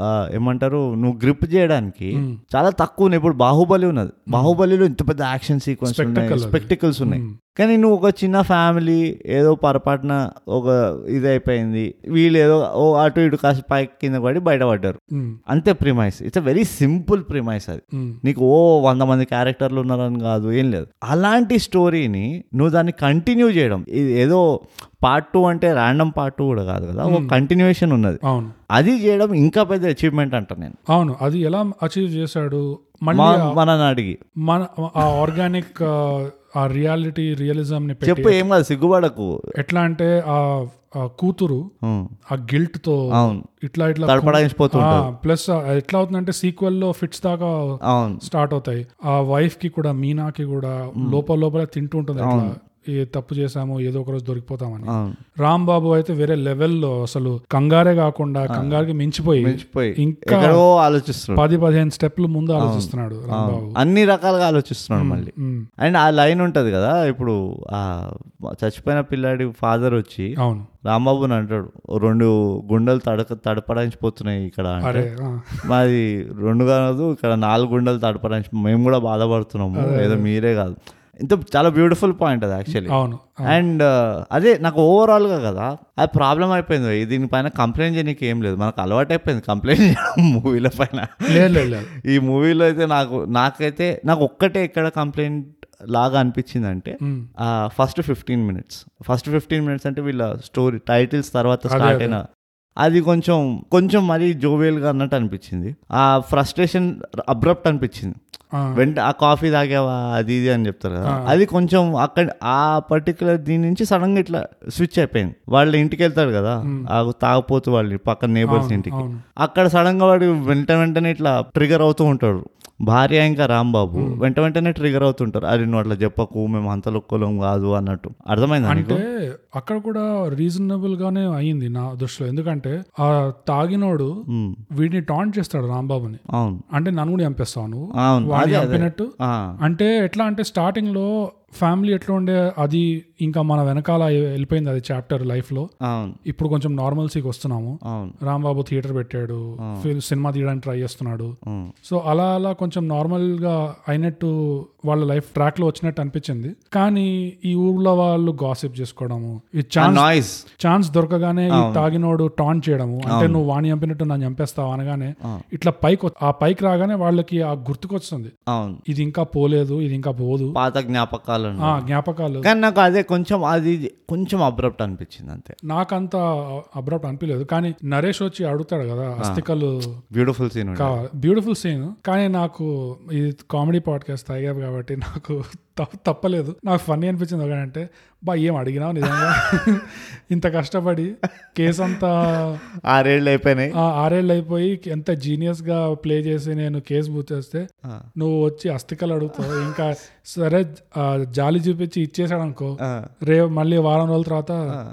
ఆ, ఏమంటారు నువ్వు గ్రిప్ చేయడానికి
Mm.
చాలా తక్కువ ఉన్నాయి. ఇప్పుడు బాహుబలి ఉన్నది బాహుబలిలో ఇంత పెద్ద యాక్షన్ సీక్వెన్స్ ఉన్నాయి
Spectacle అది.
స్పెక్టికల్స్ ఉన్నాయి
Mm.
కానీ నువ్వు ఒక చిన్న ఫ్యామిలీ ఏదో పొరపాటున ఒక ఇది అయిపోయింది వీళ్ళు ఏదో ఓ అటు ఇటు కాస్త పైకి కింద పడి బయటపడ్డారు
ఉమ్,
అంతే premise it's a very simple premise అది
ఉమ్,
నీకు ఓ వంద మంది క్యారెక్టర్లు ఉన్నారని కాదు ఏం లేదు అలాంటి స్టోరీని నువ్వు దాన్ని కంటిన్యూ చేయడం ఇది ఏదో పార్ట్ టూ అంటే ర్యాండమ్ పార్ట్ టూ కూడా కాదు కదా ఒక కంటిన్యూషన్ ఉన్నది
అవును
అది చేయడం ఇంకా పెద్ద అచీవ్మెంట్ అంట నేను
అవును అది ఎలా అచీవ్ చేశాడు మళ్ళీ
మా మనని అడిగి
మన ఆ ఆర్గానిక్ ఆ రియాలిటీ రియలిజం ని పెట్టి
చెప్పు ఏం కాదు సిగ్గుపడకు
ఎట్లా అంటే ఆ ఆ కూతురు
ఉం,
ఆ గిల్ట్ తో
అవును
ఇట్లా ఇట్లా
తడపడాయించిపోతుంటావు
ప్లస్ ఎట్లా అవుతుందంటే సీక్వెల్ లో ఫిట్స్ దాకా
అవును
స్టార్ట్ అవుతాయి ఆ వైఫ్ కి కూడా మీనాకి కూడా లోపల లోపల తింటూ ఉంటుంది అట్లా ఏ తప్పు చేసామో ఏదో ఒక రోజు దొరికిపోతామని
అవును
రామ్ బాబు అయితే వేరే లెవెల్లో అసలు కంగారే కాకుండా కంగారుకి మించిపోయి
మర్చిపోయి
ఇంకా
ఎక్కడో ఆలోచిస్తున్నాడు
పది పదిహేను స్టెప్లు ముందు ఆలోచిస్తున్నాడు రామ్ బాబు
అన్ని రకాలుగా ఆలోచిస్తున్నాడు మళ్ళీ
ఉమ్,
అండ్ ఆ లైన్ ఉంటది కదా ఇప్పుడు ఆ చచ్చిపోయిన పిల్లాడి ఫాదర్ వచ్చి
అవును
రాంబాబుని అంటాడు రెండు గుండెలు తడక తడపడాయించిపోతున్నాయి ఇక్కడ అంటే.
అరే ఆ,
మాది రెండు కాదు ఇక్కడ నాలుగు గుండెలు తడపడానికి మేము కూడా బాధపడుతున్నాము ఏదో మీరే కాదు ఇంత చాలా బ్యూటిఫుల్ పాయింట్ అది యాక్చువల్లీ
అవును
అండ్ అదే నాకు ఓవరాల్గా కదా అది ప్రాబ్లం అయిపోయింది ఈ దీనిపైన కంప్లైంట్ చేయడానికి ఏం లేదు మనకు అలవాటు అయిపోయింది కంప్లైంట్ చేయడం మూవీల పైన
లేదు లేదు లేదు
ఈ మూవీలో అయితే నాకు నాకైతే నాకు ఒక్కటే ఇక్కడ కంప్లైంట్ లాగా అనిపించింది అంటే
ఉమ్,
first fifteen minutes first fifteen minutes అంటే వీళ్ళ స్టోరీ టైటిల్స్ తర్వాత స్టార్ట్ అయిన అది కొంచెం కొంచెం మరీ జోవియల్గా అన్నట్టు అనిపించింది ఆ ఫ్రస్ట్రేషన్ అబ్రప్ట్ అనిపించింది
ఆ,
వెంట ఆ కాఫీ తాగావా అది ఇది అని చెప్తారు కదా అది కొంచెం అక్కడ ఆ పర్టికులర్ దీని నుంచి సడన్ గా ఇట్లా స్విచ్ అయిపోయింది వాళ్ళ ఇంటికి వెళ్తారు కదా ఆ తాగపోతూ వాళ్ళ పక్కన నేబర్స్ ఇంటికి
అవును
అక్కడ సడన్ గా వాడు వెంట వెంటనే ఇట్లా ట్రిగర్ అవుతూ ఉంటాడు భార్య ఇంకా రాంబాబు వెంట వెంటనే ట్రిగర్ అవుతుంటారు అరే నువ్వు అట్లా చెప్పకు మేము అంత లొక్కలం కాదు అన్నట్టు అర్థమైందా నీకు
అంటే అక్కడ కూడా రీజనబుల్ గానే అయింది నా దృష్టిలో ఎందుకంటే ఆ తాగినోడు
ఉమ్,
వీడిని టాంట్ చేస్తాడు రాంబాబుని
అవును
అంటే నన్ను కూడా చంపేస్తావు నువ్వు
అవును
వాడిని
అదే అదే
చంపినట్టు
ఆ,
అంటే ఎట్లా అంటే స్టార్టింగ్ లో ఫ్యామిలీ ఎట్లా ఉండే అది ఇంకా మన వెనకాల వెళ్ళిపోయింది అది చాప్టర్ లైఫ్లో
అవును
ఇప్పుడు కొంచెం నార్మల్సీకి వస్తున్నాము
అవును
రాంబాబు థియేటర్ పెట్టాడు ఫిల్- సినిమా తీయడానికి ట్రై చేస్తున్నాడు
అవును.
సో అలా అలా కొంచెం నార్మల్గా అయినట్టు వాళ్ళ లైఫ్ ట్రాక్లో వచ్చినట్టు అనిపించింది కానీ ఈ ఊర్లో వాళ్ళు గాసిప్ చేసుకోవడము ఈ ఛాన్స్
నాయిస్
ఛాన్స్ దొరకగానే ఈ తాగినోడు టాన్ చేయడము అంటే నువ్వు వాణి చంపినట్టు నన్ను చంపేస్తావు అనగానే ఇట్లా పైకి వచ్- ఆ పైకి రాగానే వాళ్ళకి ఆ గుర్తుకొస్తుంది
అవును
ఇది ఇంకా పోలేదు ఇది ఇంకా పోదు
పాత జ్ఞాపకాలను
ఆ జ్ఞాపకాలు
కానీ నాకు అదే కొంచెం అది కొంచెం అబ్రప్ట్ అనిపించింది అంతే
నాకంత అబ్రప్ట్ అనిపించలేదు కానీ నరేష్ వచ్చి అడుగుతాడు కదా అస్థికలు
బ్యూటిఫుల్ సీన్
బ్యూటిఫుల్ సీన్ కానీ నాకు ఇది కామెడీ పాడ్కాస్ట్ తాగారు కాబట్టి నాకు తప్ప- తప్పలేదు నాకు ఫన్నీ అనిపించింది ఒకటంటే బా ఏం అడిగినావు నిజంగా ఇంత కష్టపడి కేసు అంతా
ఆరేళ్ళు అయిపోయినాయి
ఆ ఆరేళ్ళు అయిపోయి ఎంత genius గా ప్లే చేసి నేను కేసు బుక్ చేస్తే
ఆ.
నువ్వు వచ్చి అస్థికలు అడుగుతావు ఇంకా సరే ఆ, జాలి చూపించి ఇచ్చేసాడు అనుకో
ఆ,
రేపు మళ్ళీ వారం రోజుల తర్వాత
ఆ.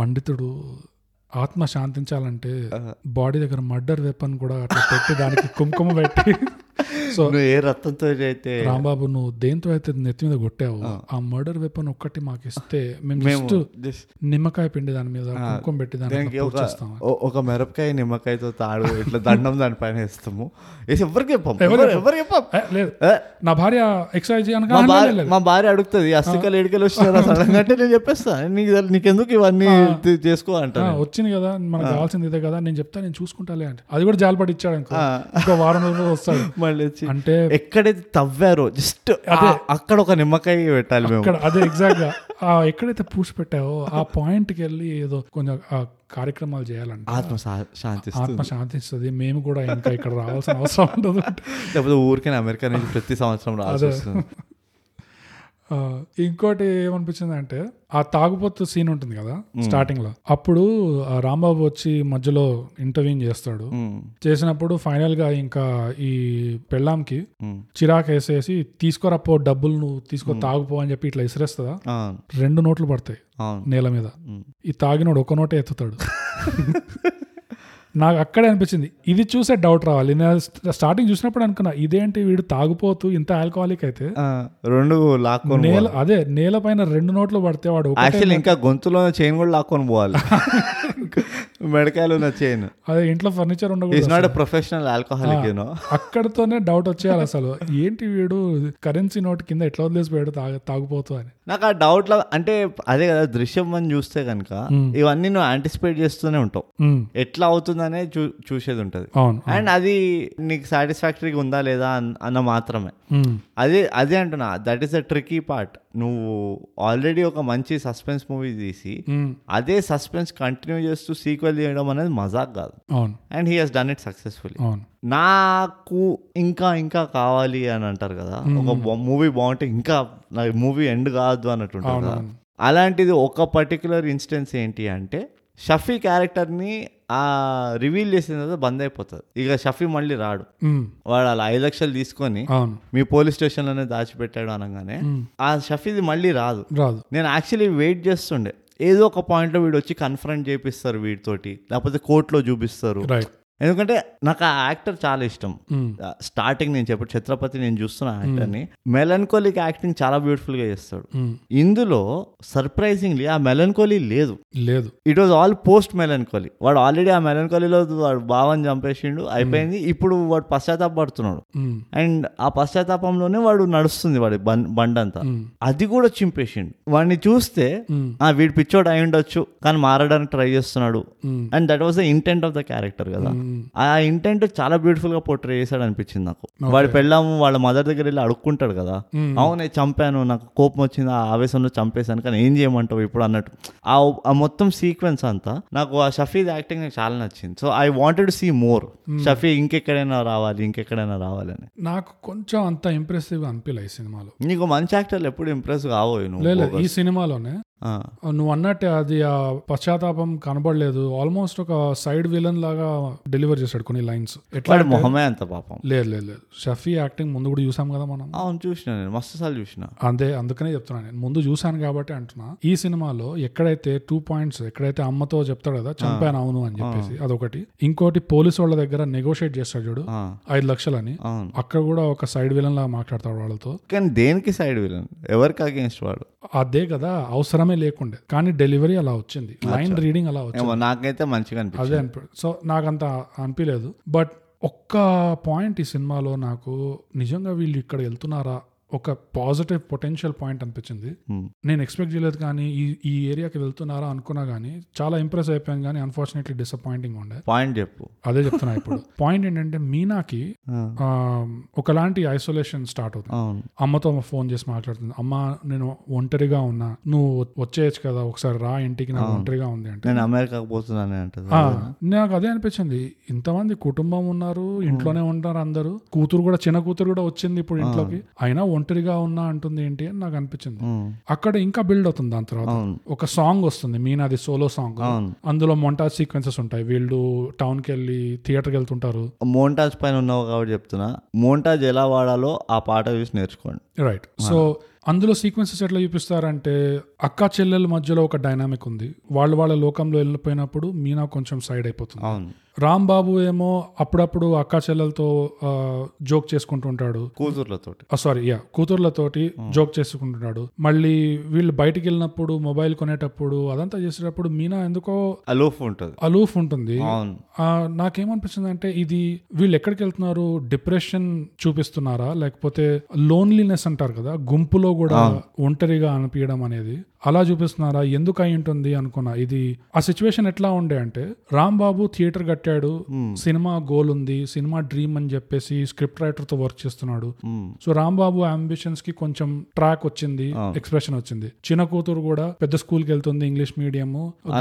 పండితుడు ఆత్మ శాంతించాలంటే
ఆ.
బాడీ దగ్గర మర్డర్ వెపన్ కూడా అట్లా పెట్టి దానికి కుంకుమ పెట్టి సో
నువ్వు ఏ రక్తంతో అయితే
రాంబాబు నువ్వు దేంతో అయితే నెత్తి మీద కొట్టావు ఆ మర్డర్ వెపన్ ఒక్కటి మాకు ఇస్తే మేము
మేము
జస్ట్
just
నిమ్మకాయ పిండి దాని మీద కుంకుమ పెట్టి దాని మీద
దానికి ఒక
పూడ్చేస్తాం.
ఓ- ఒక మిరపకాయ నిమ్మకాయతో తాడు ఇట్లా దండం దానిపైన వేస్తాము వేసి ఎవరికి చెప్పాం ఎవరు చెప్పాం
ఏ, లేదు
ఏ,
నా భార్య ఎక్సర్సైజ్
మా
చేయనగా
భార్య మా భార్య అడుగుతుంది అస్తికలు ఎడికలు వచ్చినారా సడన్ అంటే నేను చెప్పేస్తా నీకు తెలు- నీకెందుకు ఇవన్నీ తి- చేసుకో అంటాను
వచ్చింది కదా మనకు కావాల్సింది ఇదే కదా నేను చెప్తా నేను చూసుకుంటాలే అంటే అది కూడా జాలిపడి ఇచ్చాడు అనుకో
ఆ.
ఇంకో వారం రోజులు వస్తాడు
మళ్ళీ వచ్చి
అంటే
ఎక్కడైతే తవ్వారో జస్ట్ అక్కడ ఒక నిమ్మకాయ పెట్టాలి మేము
ఇక్కడ అదే ఎగ్జాక్ట్ గా ఆ ఎక్కడైతే పూసి పెట్టావో ఆ పాయింట్ కి వెళ్ళి ఏదో కొంచెం ఆ కార్యక్రమాలు చేయాలంట
ఆత్మ శా- శాంతి
ఆత్మ శాంతిస్తుంది మేము కూడా ఇంకా ఇక్కడ రావాల్సిన అవసరం ఉండదు
లేకపోతే ఊరికే అమెరికా నుంచి ప్రతి సంవత్సరం రావాల్సి వస్తుంది
ఆ, ఇంకోటి ఏమనిపించింది అంటే ఆ తాగుబోతు సీన్ ఉంటుంది కదా స్టార్టింగ్ లో అప్పుడు ఆ రాంబాబు వచ్చి మధ్యలో ఇంటర్వ్యూ చేస్తాడు
ఉమ్,
చేసినప్పుడు ఫైనల్ గా ఇంకా ఈ పెళ్ళాంకి
ఉమ్,
చిరాకు వేసేసి తీసుకురా పో డబ్బులు నువ్వు తీసుకో తాగుపో అని చెప్పి ఇట్లా ఇసిరేస్తుందా
అవును
రెండు నోట్లు పడతాయి
అవును
నేల మీద
ఉమ్.
ఈ తాగినోడు ఒక నోటే ఎత్తుతాడు నాకు అక్కడే అనిపించింది ఇది చూసే డౌట్ రావాలి నేను స్ట్- స్టార్టింగ్ చూసినప్పుడు అనుకున్నా ఇదేంటి వీడు తాగుపోతూ ఇంత ఆల్కహాలిక్ అయితే
ఆ, రెండు లాక్కొని
నేల అదే నేల పైన రెండు నోట్లు పడితే వాడు ఒకటే
యాక్చువల్ ఇంకా గొంతులో చైన్ కూడా లాక్కొని పోవాలి మెడకాయలు ఉన్న చైన్
అదే ఇంట్లో ఫర్నిచర్ ఉండకూడదు
is not a professional alcoholic you know
అక్కడతోనే డౌట్ వచ్చేయాలి అసలు ఏంటి వీడు కరెన్సీ నోట్ కింద ఎట్లా వదిలేసిపోయాడు తాగ తాగుపోతూ అని
నాకు ఆ డౌట్ లా అంటే అదే కదా దృశ్యం మనం చూస్తే కనుక ఇవన్నీ నువ్వు యాంటిసిపేట్ చేస్తూనే ఉంటావు
ఉమ్,
ఎట్లా అవుతుందనే చూ చూసేది ఉంటుంది
అవును
అండ్ అది నీకు సాటిస్ఫాక్టరీగా ఉందా లేదా అన్- అన్న మాత్రమే
ఉమ్,
అదే అదే అంటున్నా that is the tricky part నువ్వు ఆల్రెడీ ఒక మంచి సస్పెన్స్ మూవీ తీసి
ఉమ్,
అదే సస్పెన్స్ కంటిన్యూ చేస్తూ సీక్వెల్ చేయడం అనేది మజాక్ కాదు
అవును
and he has done it successfully
అవును
నాకు ఇంకా ఇంకా కావాలి అని అంటారు కదా ఒక మూవీ బాగుంటే ఇంకా నా మూవీ ఎండ్ కాదు అన్నట్టు ఉంటుంది కదా అలాంటిది ఒక పర్టికులర్ ఇన్స్టెన్స్ ఏంటి అంటే షఫీ క్యారెక్టర్ని ఆ రివీల్ చేసిన తర్వాత బంద్ అయిపోతుంది ఇక షఫీ మళ్ళీ రాడు
ఉమ్,
వాడు అలా ఐదు లక్షలు తీసుకొని
అవును
మీ పోలీస్ స్టేషన్లోనే దాచిపెట్టాడు అనగానే ఆ షఫీది మళ్ళీ రాదు
రాదు
నేను యాక్చువల్లీ వెయిట్ చేస్తుండే ఏదో ఒక పాయింట్లో వీడు వచ్చి కన్ఫ్రంట్ చేపిస్తారు వీడితోటి లేకపోతే కోర్టులో చూపిస్తారు
రైట్
ఎందుకంటే నాకు ఆ యాక్టర్ చాలా ఇష్టం స్టార్టింగ్ నేను చెప్పాడు ఛత్రపతి నేను చూస్తున్న యాక్టర్ని మెలన్కోలిక్ యాక్టింగ్ చాలా beautiful గా చేస్తాడు ఇందులో సర్ప్రైజింగ్లీ ఆ మెలన్కోలీ లేదు
లేదు
it was all post melancholy వాడు ఆల్రెడీ ఆ మెలన్కోలీలో వాడు భావం చంపేసిండు అయిపోయింది ఇప్పుడు వాడు పశ్చాత్తాపడుతున్నాడు
ఉమ్,
అండ్ ఆ పశ్చాత్తాపంలోనే వాడు నడుస్తుంది వాడి బం- బండంతా అది కూడా చింపేసిండు వాడిని చూస్తే ఆ వీడు పిచ్చోడు అయి ఉండొచ్చు కానీ మారడానికి ట్రై చేస్తున్నాడు and that was the intent of the character కదా ఆ ఇంటెంట్ చాలా బ్యూటిఫుల్ గా పోర్ట్రే చేశాడు అనిపించింది నాకు వాడు పెళ్ళాము వాళ్ళ మదర్ దగ్గర వెళ్ళి అడుక్కుంటాడు కదా అవును నేను చంపాను నాకు కోపం వచ్చింది ఆ ఆవేశంలో చంపేశాను కానీ ఏం చేయమంటావు ఇప్పుడు అన్నట్టు ఆ ఆ మొత్తం సీక్వెన్స్ అంతా నాకు ఆ షఫీద్ యాక్టింగ్ నాకు చాలా నచ్చింది so I wanted see more Shafi ఇంకెక్కడైనా రావాలి ఇంకెక్కడైనా రావాలని
నాకు కొంచెం అంత ఇంప్రెసివ్ అనిపించలే ఈ సినిమాలో
నీకు మంచి యాక్టర్లు ఎప్పుడు ఇంప్రెస్ కావోయ్ నువ్వు
లేదు ఈ సినిమాలోనే
ఆ,
నువ్వు అన్నట్టే అది ఆ పశ్చాత్తాపం కనబడలేదు ఆల్మోస్ట్ ఒక సైడ్ విలన్ లాగా డెలివర్ చేశాడు కొన్ని లైన్స్ ఎట్లా
వాడి మొహమే అంత పాపం
లేదు లేదు లేదు షఫీ యాక్టింగ్ ముందు కూడా చూసాం కదా మనం
అవును చూసిన నేను మస్తు సార్లు చూసిన
అంతే అందుకనే చెప్తున్నాను నేను ముందు చూశాను కాబట్టి అంటున్నా ఈ సినిమాలో ఎక్కడైతే టూ పాయింట్స్ ఎక్కడైతే అమ్మతో చెప్తాడు కదా చంపాను అవును అని చెప్పేసి అదొకటి ఇంకోటి పోలీసు వాళ్ళ దగ్గర నెగోషియేట్ చేస్తాడు చూడు
ఆ,
ఐదు లక్షలని
అవును
అక్కడ కూడా ఒక సైడ్ విలన్ లాగా మాట్లాడతాడు వాళ్ళతో
కానీ దేనికి సైడ్ విలన్ ఎవరికి అగేన్స్ట్ వాడు
అదే కదా అవసరమే లేకుండే కానీ డెలివరీ అలా వచ్చింది లైన్ రీడింగ్ అలా వచ్చింది
ఏమో నాకైతే మంచిగా అనిపించింది
అదే అనిపి సో నాకంత అనిపించలేదు బట్ ఒక్క పాయింట్ ఈ సినిమాలో నాకు నిజంగా వీళ్ళు ఇక్కడ వెళ్తున్నారా ఒక పాజిటివ్ పొటెన్షియల్ పాయింట్ అనిపించింది
Hmm.
నేను ఎక్స్పెక్ట్ చేయలేదు కానీ ఈ ఈ ఏరియాకి వెళ్తున్నారా అనుకున్నా కానీ చాలా ఇంప్రెస్ అయిపోయాను కానీ అన్ఫార్చునేట్లీ డిసప్పాయింటింగ్ ఉండే
పాయింట్ చెప్పు
అదే చెప్తున్నా ఇప్పుడు పాయింట్ ఏంటంటే మీనాకి
ఆ,
ఆ, ఒకలాంటి ఐసోలేషన్ స్టార్ట్ అవుతుంది
అవును
అమ్మతో ఫోన్ చేసి మాట్లాడుతుంది అమ్మ నేను ఒంటరిగా ఉన్నా నువ్వు వచ్చేయచ్చు కదా ఒకసారి రా ఇంటికి నాకు ఒంటరిగా ఉంది అంటే
నేను అమెరికాకు పోతున్నానే అంటది
ఆ, నాకు అదే అనిపించింది ఇంతమంది కుటుంబం ఉన్నారు ఇంట్లోనే ఉంటారు అందరూ కూతురు కూడా చిన్న కూతురు కూడా వచ్చింది ఇప్పుడు ఇంట్లోకి అయినా ఒంటరిగా ఉన్నా అంటుంది ఏంటి అని నాకు అనిపించింది
ఉమ్,
అక్కడ ఇంకా బిల్డ్ అవుతుంది దాని తర్వాత
అవును
ఒక సాంగ్ వస్తుంది మీనాది సోలో సాంగ్
అవును
అందులో మొంటాజ్ సీక్వెన్సెస్ ఉంటాయి వీళ్ళు టౌన్ కి వెళ్ళి థియేటర్కి వెళ్తుంటారు
మోంటాజ్ పైన ఉన్నావు కాబట్టి చెప్తున్నా మోంటాజ్ ఎలా వాడాలో ఆ పాట చూసి నేర్చుకోండి
రైట్ సో అందులో సీక్వెన్సెస్ ఎట్లా చూపిస్తారంటే అక్క చెల్లెల మధ్యలో ఒక డైనామిక్ ఉంది వాళ్ళు వాళ్ళ లోకంలో వెళ్ళిపోయినప్పుడు మీనా కొంచెం సైడ్ అయిపోతుంది
అవును
రామ్ బాబు ఏమో అప్పుడప్పుడు అక్క చెల్లెలతో జోక్ చేసుకుంటూ ఉంటాడు
కూతుర్లతోటి
సారీ యా కూతుర్లతోటి జోక్ చేసుకుంటున్నాడు మళ్ళీ వీళ్ళు బయటికి వెళ్ళినప్పుడు మొబైల్ కొనేటప్పుడు అదంతా చేసేటప్పుడు మీనా ఎందుకో
అలూఫ్ ఉంటుంది
అలూఫ్ ఉంటుంది
అవును
ఆ, నాకేమనిపిస్తుంది అంటే ఇది వీళ్ళు ఎక్కడికి వెళ్తున్నారు డిప్రెషన్ చూపిస్తున్నారా లేకపోతే లోన్లీనెస్ అంటారు కదా గుంపులో కూడా ఒంటరిగా అనిపించడం అనేది అలా చూపిస్తున్నారా ఎందుకు అయి ఉంటుంది అనుకున్నా ఇది ఆ సిచ్యువేషన్ ఎట్లా ఉండే అంటే రామ్ బాబు థియేటర్ కట్టాడు సినిమా గోల్ ఉంది సినిమా డ్రీమ్ అని చెప్పేసి స్క్రిప్ట్ రైటర్ తో వర్క్ చేస్తున్నాడు
ఉమ్,
సో రామ్ బాబు అంబిషన్స్ కి కొంచెం ట్రాక్ వచ్చింది ఎక్స్ప్రెషన్ వచ్చింది చిన్న కూతురు కూడా పెద్ద స్కూల్కి వెళ్తుంది ఇంగ్లీష్ మీడియం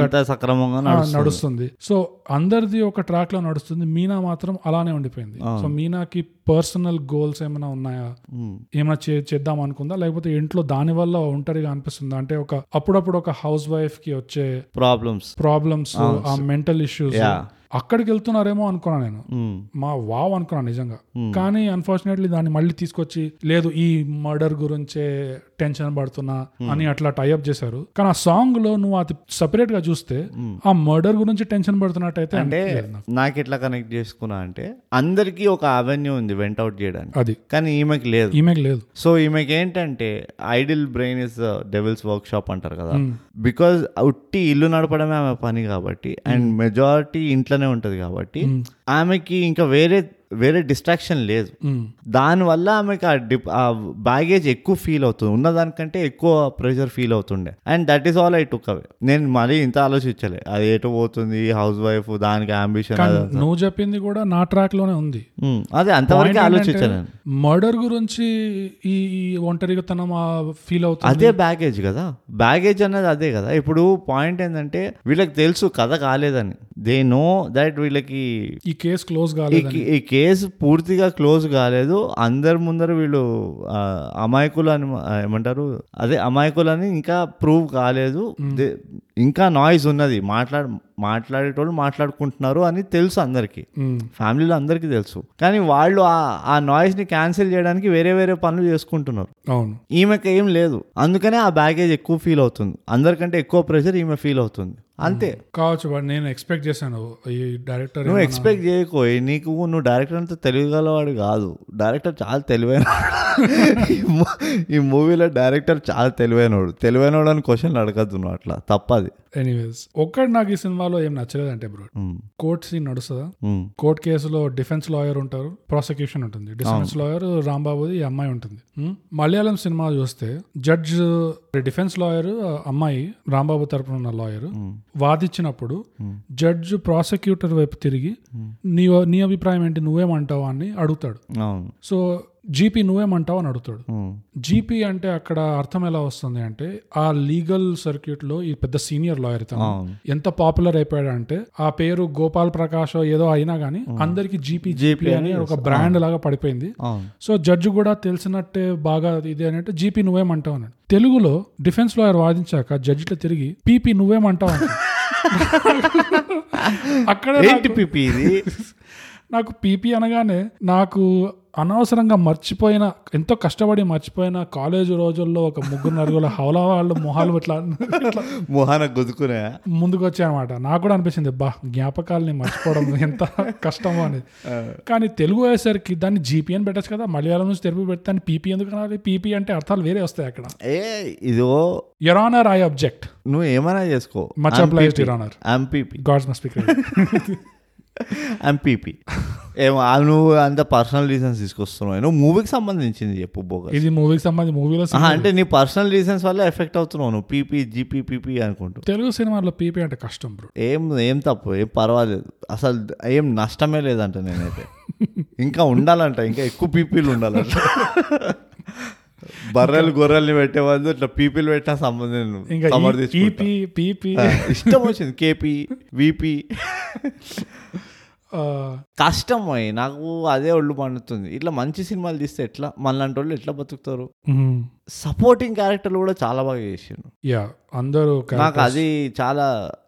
అంతా సక్రమంగా
ఆ,
నడుస్తుంది
నడుస్తుంది సో అందరిది ఒక ట్రాక్ లో నడుస్తుంది మీనా మాత్రం అలానే ఉండిపోయింది సో మీనాకి పర్సనల్ గోల్స్ ఏమైనా ఉన్నాయా
ఉమ్,
ఏమైనా చే చేద్దాం అనుకుందా లేకపోతే ఇంట్లో దాని వల్ల ఒంటరిగా అనిపిస్తుందా అంటే ఒక అప్పుడప్పుడు ఒక హౌస్ వైఫ్ కి వచ్చే
ప్రాబ్లమ్స్
ప్రాబ్లమ్స్ ఆ mental issues
Ah, Yeah. Hmm.
అక్కడికి వెళ్తున్నారేమో అనుకున్నా నేను
ఉమ్,
మా వావ్ అనుకున్నాను నిజంగా
Hmm.
కానీ అన్ఫార్చునేట్లీ దాన్ని మళ్ళీ తీసుకొచ్చి లేదు ఈ మర్డర్ గురించే టెన్షన్ పడుతున్నా
Hmm.
అని అట్లా టైఅప్ చేశారు కానీ ఆ సాంగ్ లో నువ్వు అది సపరేట్ గా చూస్తే ఆ మర్డర్ గురించి టెన్షన్ పడుతున్నట్టయితే
Hmm. అంటే
అనిపించలేదు నాకు.
నాకు ఎట్లా కనెక్ట్ చేసుకున్నా అంటే అందరికీ ఒక అవెన్యూ ఉంది వెంట్ అవుట్ చేయడానికి
అది
కానీ ఈమెకి లేదు
ఈమెకి లేదు
సో ఈమెకి ఏంటంటే idle brain is devil's work అంటారు కదా బికాజ్ ఉట్టి ఇల్లు నడపడమే ఆమె పని కాబట్టి అండ్ మెజారిటీ ఇంట్లోనే ఉంటది కాబట్టి ఆమెకి ఇంకా వేరే వేరే డిస్ట్రాక్షన్ లేదు
మ్మ్.
దానివల్ల ఆమెకి ఆ డిప్ ఆ బ్యాగేజ్ ఎక్కువ ఫీల్ అవుతుంది ఉన్న దానికంటే ఎక్కువ ప్రెషర్ ఫీల్ అవుతుండే and that is all I took away నేను మరీ ఇంత ఆలోచించలే అది ఎటు పోతుంది హౌస్ వైఫ్ దానికి అంబిషన్
కానీ నువ్వు చెప్పింది కూడా నా ట్రాక్ లోనే ఉంది
అదే అంతవరకు ఆలోచించాను నేను.
మర్డర్ గురించి ఈ ఈ ఒంటరితనం ఫీల్ అవుతుంది
అదే బ్యాగేజ్ కదా బ్యాగేజ్ అన్నది అదే కదా ఇప్పుడు పాయింట్ ఏంటంటే వీళ్ళకి తెలుసు కథ కాలేదని దే నో దట్ వీళ్ళకి
ఈ కేసు క్లోజ్
ఈ
కాలేదు
కే- ఈ కేసు పూర్తిగా క్లోజ్ కాలేదు అందరి ముందర వీళ్ళు ఆ, అమాయకులు అని మ- ఆ, ఏమంటారు అదే అమాయకులని ఇంకా ప్రూవ్ కాలేదు దే- ఇంకా నాయిస్ ఉన్నది మాట్లాడ మాట్లాడేటోళ్ళు మాట్లాడుకుంటున్నారు అని తెలుసు అందరికీ
Hmm.
ఫ్యామిలీలో అందరికీ తెలుసు కానీ వాళ్ళు ఆ ఆ నాయిస్ని క్యాన్సిల్ చేయడానికి వేరే వేరే పనులు చేసుకుంటున్నారు
అవును
ఈమెకి ఏం లేదు అందుకనే ఆ బ్యాగేజ్ ఎక్కువ ఫీల్ అవుతుంది అందరికంటే ఎక్కువ ప్రెషర్ ఈమె ఫీల్ అవుతుంది అంతే
కావచ్చు but నేను ఎక్స్పెక్ట్ చేశాను ఈ డైరెక్టర్
నువ్వు ఎక్స్పెక్ట్ చేయకో నీకు నువ్వు డైరెక్టర్ అంత తెలియగలవాడు కాదు డైరెక్టర్ చాలా తెలివైన ఈ మూ- ఈ మూవీలో డైరెక్టర్ చాలా తెలివైనవాడు తెలివైనవాడు అని క్వశ్చన్ అడగద్దు నువ్వు అట్లా తప్పది
ఎనీవేస్ ఒక్కటి నాకు ఈ సినిమాలో ఏం నచ్చలేదంటే బ్రో
ఉమ్,
కోర్ట్ సీన్ నడుస్తుందా
ఉమ్,
కోర్ట్ కేసులో డిఫెన్స్ లాయర్ ఉంటారు ప్రాసిక్యూషన్ ఉంటుంది డిఫెన్స్ లాయర్ రాంబాబుది ఈ అమ్మాయి ఉంటుంది హ్మ్? మలయాళం సినిమా చూస్తే జడ్జ్ డిఫెన్స్ లాయర్ అమ్మాయి రాంబాబు తరపున ఉన్న లాయర్ వాదించినప్పుడు జడ్జ్ ప్రాసిక్యూటర్ వైపు తిరిగి నీ నీ అభిప్రాయం ఏంటి నువ్వేమంటావు అని అడుగుతాడు
అవును
సో జీపీ నువ్వేమంటావు అని అడుగుతాడు
ఉమ్,
జీపీ అంటే అక్కడ అర్థం ఎలా వస్తుంది అంటే ఆ లీగల్ సర్క్యూట్ లో ఈ పెద్ద సీనియర్ లాయర్ తను
అవును
ఎంత పాపులర్ అయిపోయాడు అంటే ఆ పేరు గోపాల్ ప్రకాష్ ఏదో అయినా కానీ అందరికి జీపీ జీపీ అని ఒక బ్రాండ్ లాగా పడిపోయింది
అవును
సో జడ్జి కూడా తెలిసినట్టే బాగా ఇది అని అంటే జీపీ నువ్వేమంటావు అన్నాడు తెలుగులో డిఫెన్స్ లాయర్ వాదించాక జడ్జిలో తిరిగి పీపీ నువ్వేమంటావు అన్నాడు. అక్కడే
ఏంటి
నాకు-
పిపి ఇది
నాకు పీపీ అనగానే నాకు అనవసరంగా మర్చిపోయిన ఎంతో కష్టపడి మర్చిపోయిన కాలేజ్ రోజుల్లో ఒక ముగ్గురు నలుగురు హౌలా వాళ్ళు మొహాలు ఇట్లా ఇట్లా
మొహాన గుద్దుకునే
ముందుకు వచ్చాయనమాట నాకు కూడా అనిపించింది బా జ్ఞాపకాలని మర్చిపోవడం ఎంత కష్టమో అనేది కానీ తెలుగు అయ్యేసరికి దాన్ని జీపీ అని పెట్టచ్చు కదా మలయాళం నుంచి తెలుగు పెడితే దాన్ని పీపీ ఎందుకు అనాలి పీపీ అంటే అర్థాలు వేరే వస్తాయి అక్కడ
ఏ ఇదో
యరానర్ ఐ అబ్జెక్ట్
నువ్వు ఏమైనా చేసుకో
మచ్ అప్లైజ్ యరానర్
ఎంపీపీ
గాడ్స్ మస్ స్పీకర్
ఎంపీపీ ఏమో ఆ నువ్వు అంత పర్సనల్ రీజన్స్ తీసుకొస్తున్నావు నువ్వు మూవీకి సంబంధించింది చెప్పు బోగస్
ఇది మూవీకి సంబంధించి మూవీలో
ఆహా, అంటే నీ పర్సనల్ రీజన్స్ వల్ల ఎఫెక్ట్ అవుతున్నావు నువ్వు పీపీ జీపీ పీపీ అనుకుంటూ
తెలుగు సినిమాలో పీపీ అంటే కష్టం బ్రో
ఏం ఏం తప్పు ఏం పర్వాలేదు అసలు ఏం నష్టమే లేదంట నేనైతే ఇంకా ఉండాలంట ఇంకా ఎక్కువ పీపీలు ఉండాలంట బర్రెలు గొర్రెల్ని పెట్టేవాళ్ళు ఇట్లా పీపీలు పెట్టిన సంబంధం
ఇంకా
సమర్థించుకుంటా.
ఈపీ పీపీ
ఆ, ఇష్టం వచ్చింది కేపీ వీపీ
ఆ,
కష్టం అయ్యి నాకు అదే ఒళ్ళు పండుతుంది ఇట్లా మంచి సినిమాలు తీస్తే ఎట్లా మనలాంటి వాళ్ళు ఎట్లా బతుకుతారు
మ్మ్.
సపోర్టింగ్ క్యారెక్టర్లు కూడా చాలా బాగా చేసిండు
యా అందరూ
నాకు అది చాలా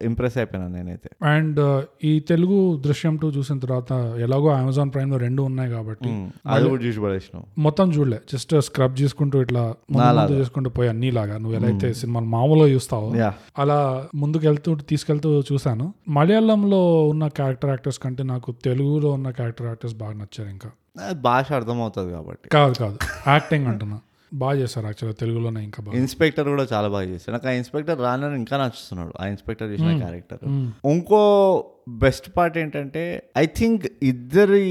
ఇంప్రెస్ అయిపోయినా నేనైతే
అండ్ uh, ఈ తెలుగు దృశ్యం టూ చూసిన తర్వాత ఎలాగో అమెజాన్ ప్రైమ్ లో రెండు ఉన్నాయి కాబట్టి
ఉమ్, Hmm. అది కూడా చూసి పడేసినావు
మొత్తం చూడలే జస్ట్ స్క్రబ్ చేసుకుంటూ ఇట్లా ముందు ముందు చేసుకుంటూ పోయాను నీలాగా నువ్వు ఎలా అయితే సినిమాలు మామూలుగా చూస్తావు
యా
అలా ముందుకెళ్తూ తీసుకెళ్తూ చూశాను మలయాళంలో ఉన్న క్యారెక్టర్ యాక్టర్స్ కంటే నాకు తెలుగులో ఉన్న క్యారెక్టర్ యాక్టర్స్ బాగా నచ్చారు ఇంకా
అది భాష అర్థమవుతుంది కాబట్టి
కాదు కాదు యాక్టింగ్ అంటున్నా బాగా చేశారు యాక్చువల్గా తెలుగులోనే ఇంకా బాగా
ఇన్స్పెక్టర్ కూడా చాలా బాగా చేశాడు నాకు ఆ ఇన్స్పెక్టర్ రానని ఇంకా నచ్చుతున్నాడు ఆ ఇన్స్పెక్టర్ చేసిన క్యారెక్టర్ ఇంకో బెస్ట్ పార్ట్ ఏంటంటే ఐ థింక్ ఇద్దరి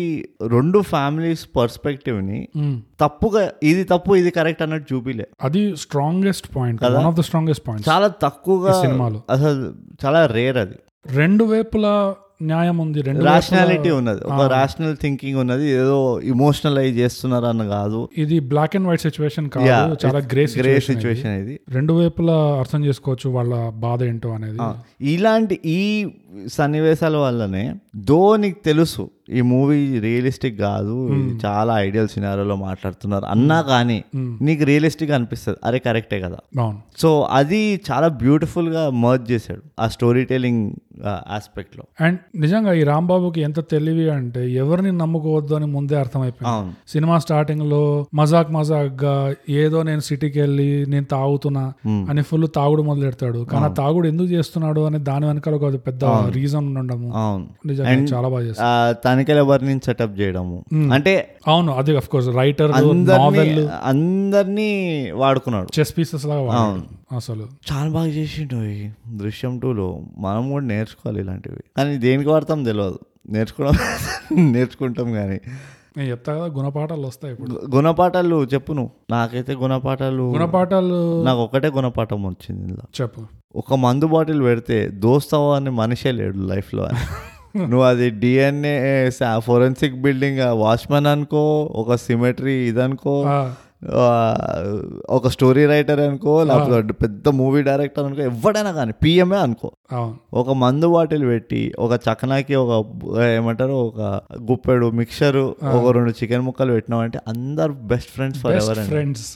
రెండు ఫ్యామిలీస్ పర్స్పెక్టివ్ని
మ్మ్.
తప్పుగా ఇది తప్పు ఇది కరెక్ట్ అన్నట్టు చూపిలే
అది strongest point one of the strongest point
చాలా తక్కువగా
సినిమాలో.
అసలు చాలా రేర్ అది
రెండు వేపులా న్యాయం ఉంది రెండు
రాషనాలిటీ ఉన్నది ఒక రాషనల్ థింకింగ్ ఉన్నది ఏదో ఇమోషనల్ అయి చేస్తున్నారు అని కాదు
ఇది black and white situation
Yeah,
కాదు చాలా గ్రే
గ్రే
సిచ్యువేషన్
సిచ్యువేషన్ ఇది
రెండు వైపులా అర్థం చేసుకోవచ్చు వాళ్ళ బాధ ఏంటో అనేది
ఆ, ఇలాంటి ఈ సన్నివేశాల వల్లనే దో నీకు తెలుసు ఈ మూవీ రియలిస్టిక్ కాదు ఇది చాలా ఐడియల్ సినారోలో మాట్లాడుతున్నారు అన్నా కానీ నీకు రియలిస్టిక్ అనిపిస్తుంది అరే కరెక్టే కదా
అవును
సో అది చాలా బ్యూటిఫుల్గా మర్జ్ చేశాడు ఆ స్టోరీ టెలింగ్ ఆస్పెక్ట్లో
అండ్ నిజంగా ఈ రాంబాబుకి ఎంత తెలివి అంటే ఎవరిని నమ్ముకోవద్దు అని ముందే అర్థమైపోయింది
అవును
సినిమా స్టార్టింగ్ లో మజాక్ మజాక్ గా ఏదో నేను సిటీకి వెళ్ళి నేను తాగుతున్నా
Hmm.
అని ఫుల్ తాగుడు మొదలు పెడతాడు కానీ ఆ తాగుడు ఎందుకు చేస్తున్నాడు అనే దాని వెనకాల ఒక పెద్ద రీజన్ ఉండము
అవును
నిజంగా చాలా బాగా చేస్తారు
ఆ, తనిఖీల వారిని సెటప్ చేయడము అంటే
అవును అది అఫ్ కోర్స్ రైటర్
అందరినీ
నావెల్
అందరినీ వాడుకున్నాడు
చెస్ పీసెస్ లాగా వాడాడు. అసలు
చాలా బాగా చేసిండు ఈ దృశ్యం టూలో మనం కూడా నేర్చుకోవాలి ఇలాంటివి కానీ దేనికి వాడతాం తెలియదు నేర్చుకోవడం నేర్చుకుంటాం కానీ
నేను చెప్తా కదా గుణపాఠాలు వస్తాయి ఇప్పుడు
గుణపాఠాలు చెప్పు నువ్వు నాకైతే గుణపాఠాలు
గుణపాఠాలు
నాకు ఒకటే గుణపాఠం వచ్చింది ఇందులో
చెప్పు
ఒక మందు బాటిల్ పెడితే దోస్తావా అనే మనిషే లేడు లైఫ్లో అని నువ్వు అది డిఎన్ఏ ఫోరెన్సిక్ బిల్డింగ్ వాచ్మెన్ అనుకో ఒక సిమెట్రీ ఇదనుకో
ఆ,
ఆ, ఒక స్టోరీ రైటర్ అనుకో లేకపోతే పెద్ద మూవీ డైరెక్టర్ అనుకో ఎవడైనా కానీ పిఎంఏ అనుకో
అవును
ఒక మందు బాటిల్ పెట్టి ఒక చకనాకి ఒక బు- ఏమంటారు ఒక గుప్పెడు మిక్సర్ ఒక రెండు చికెన్ ముక్కలు పెట్టినామంటే అందరు బెస్ట్ ఫ్రెండ్స్ ఫర్ ఎవర్ అండి
friends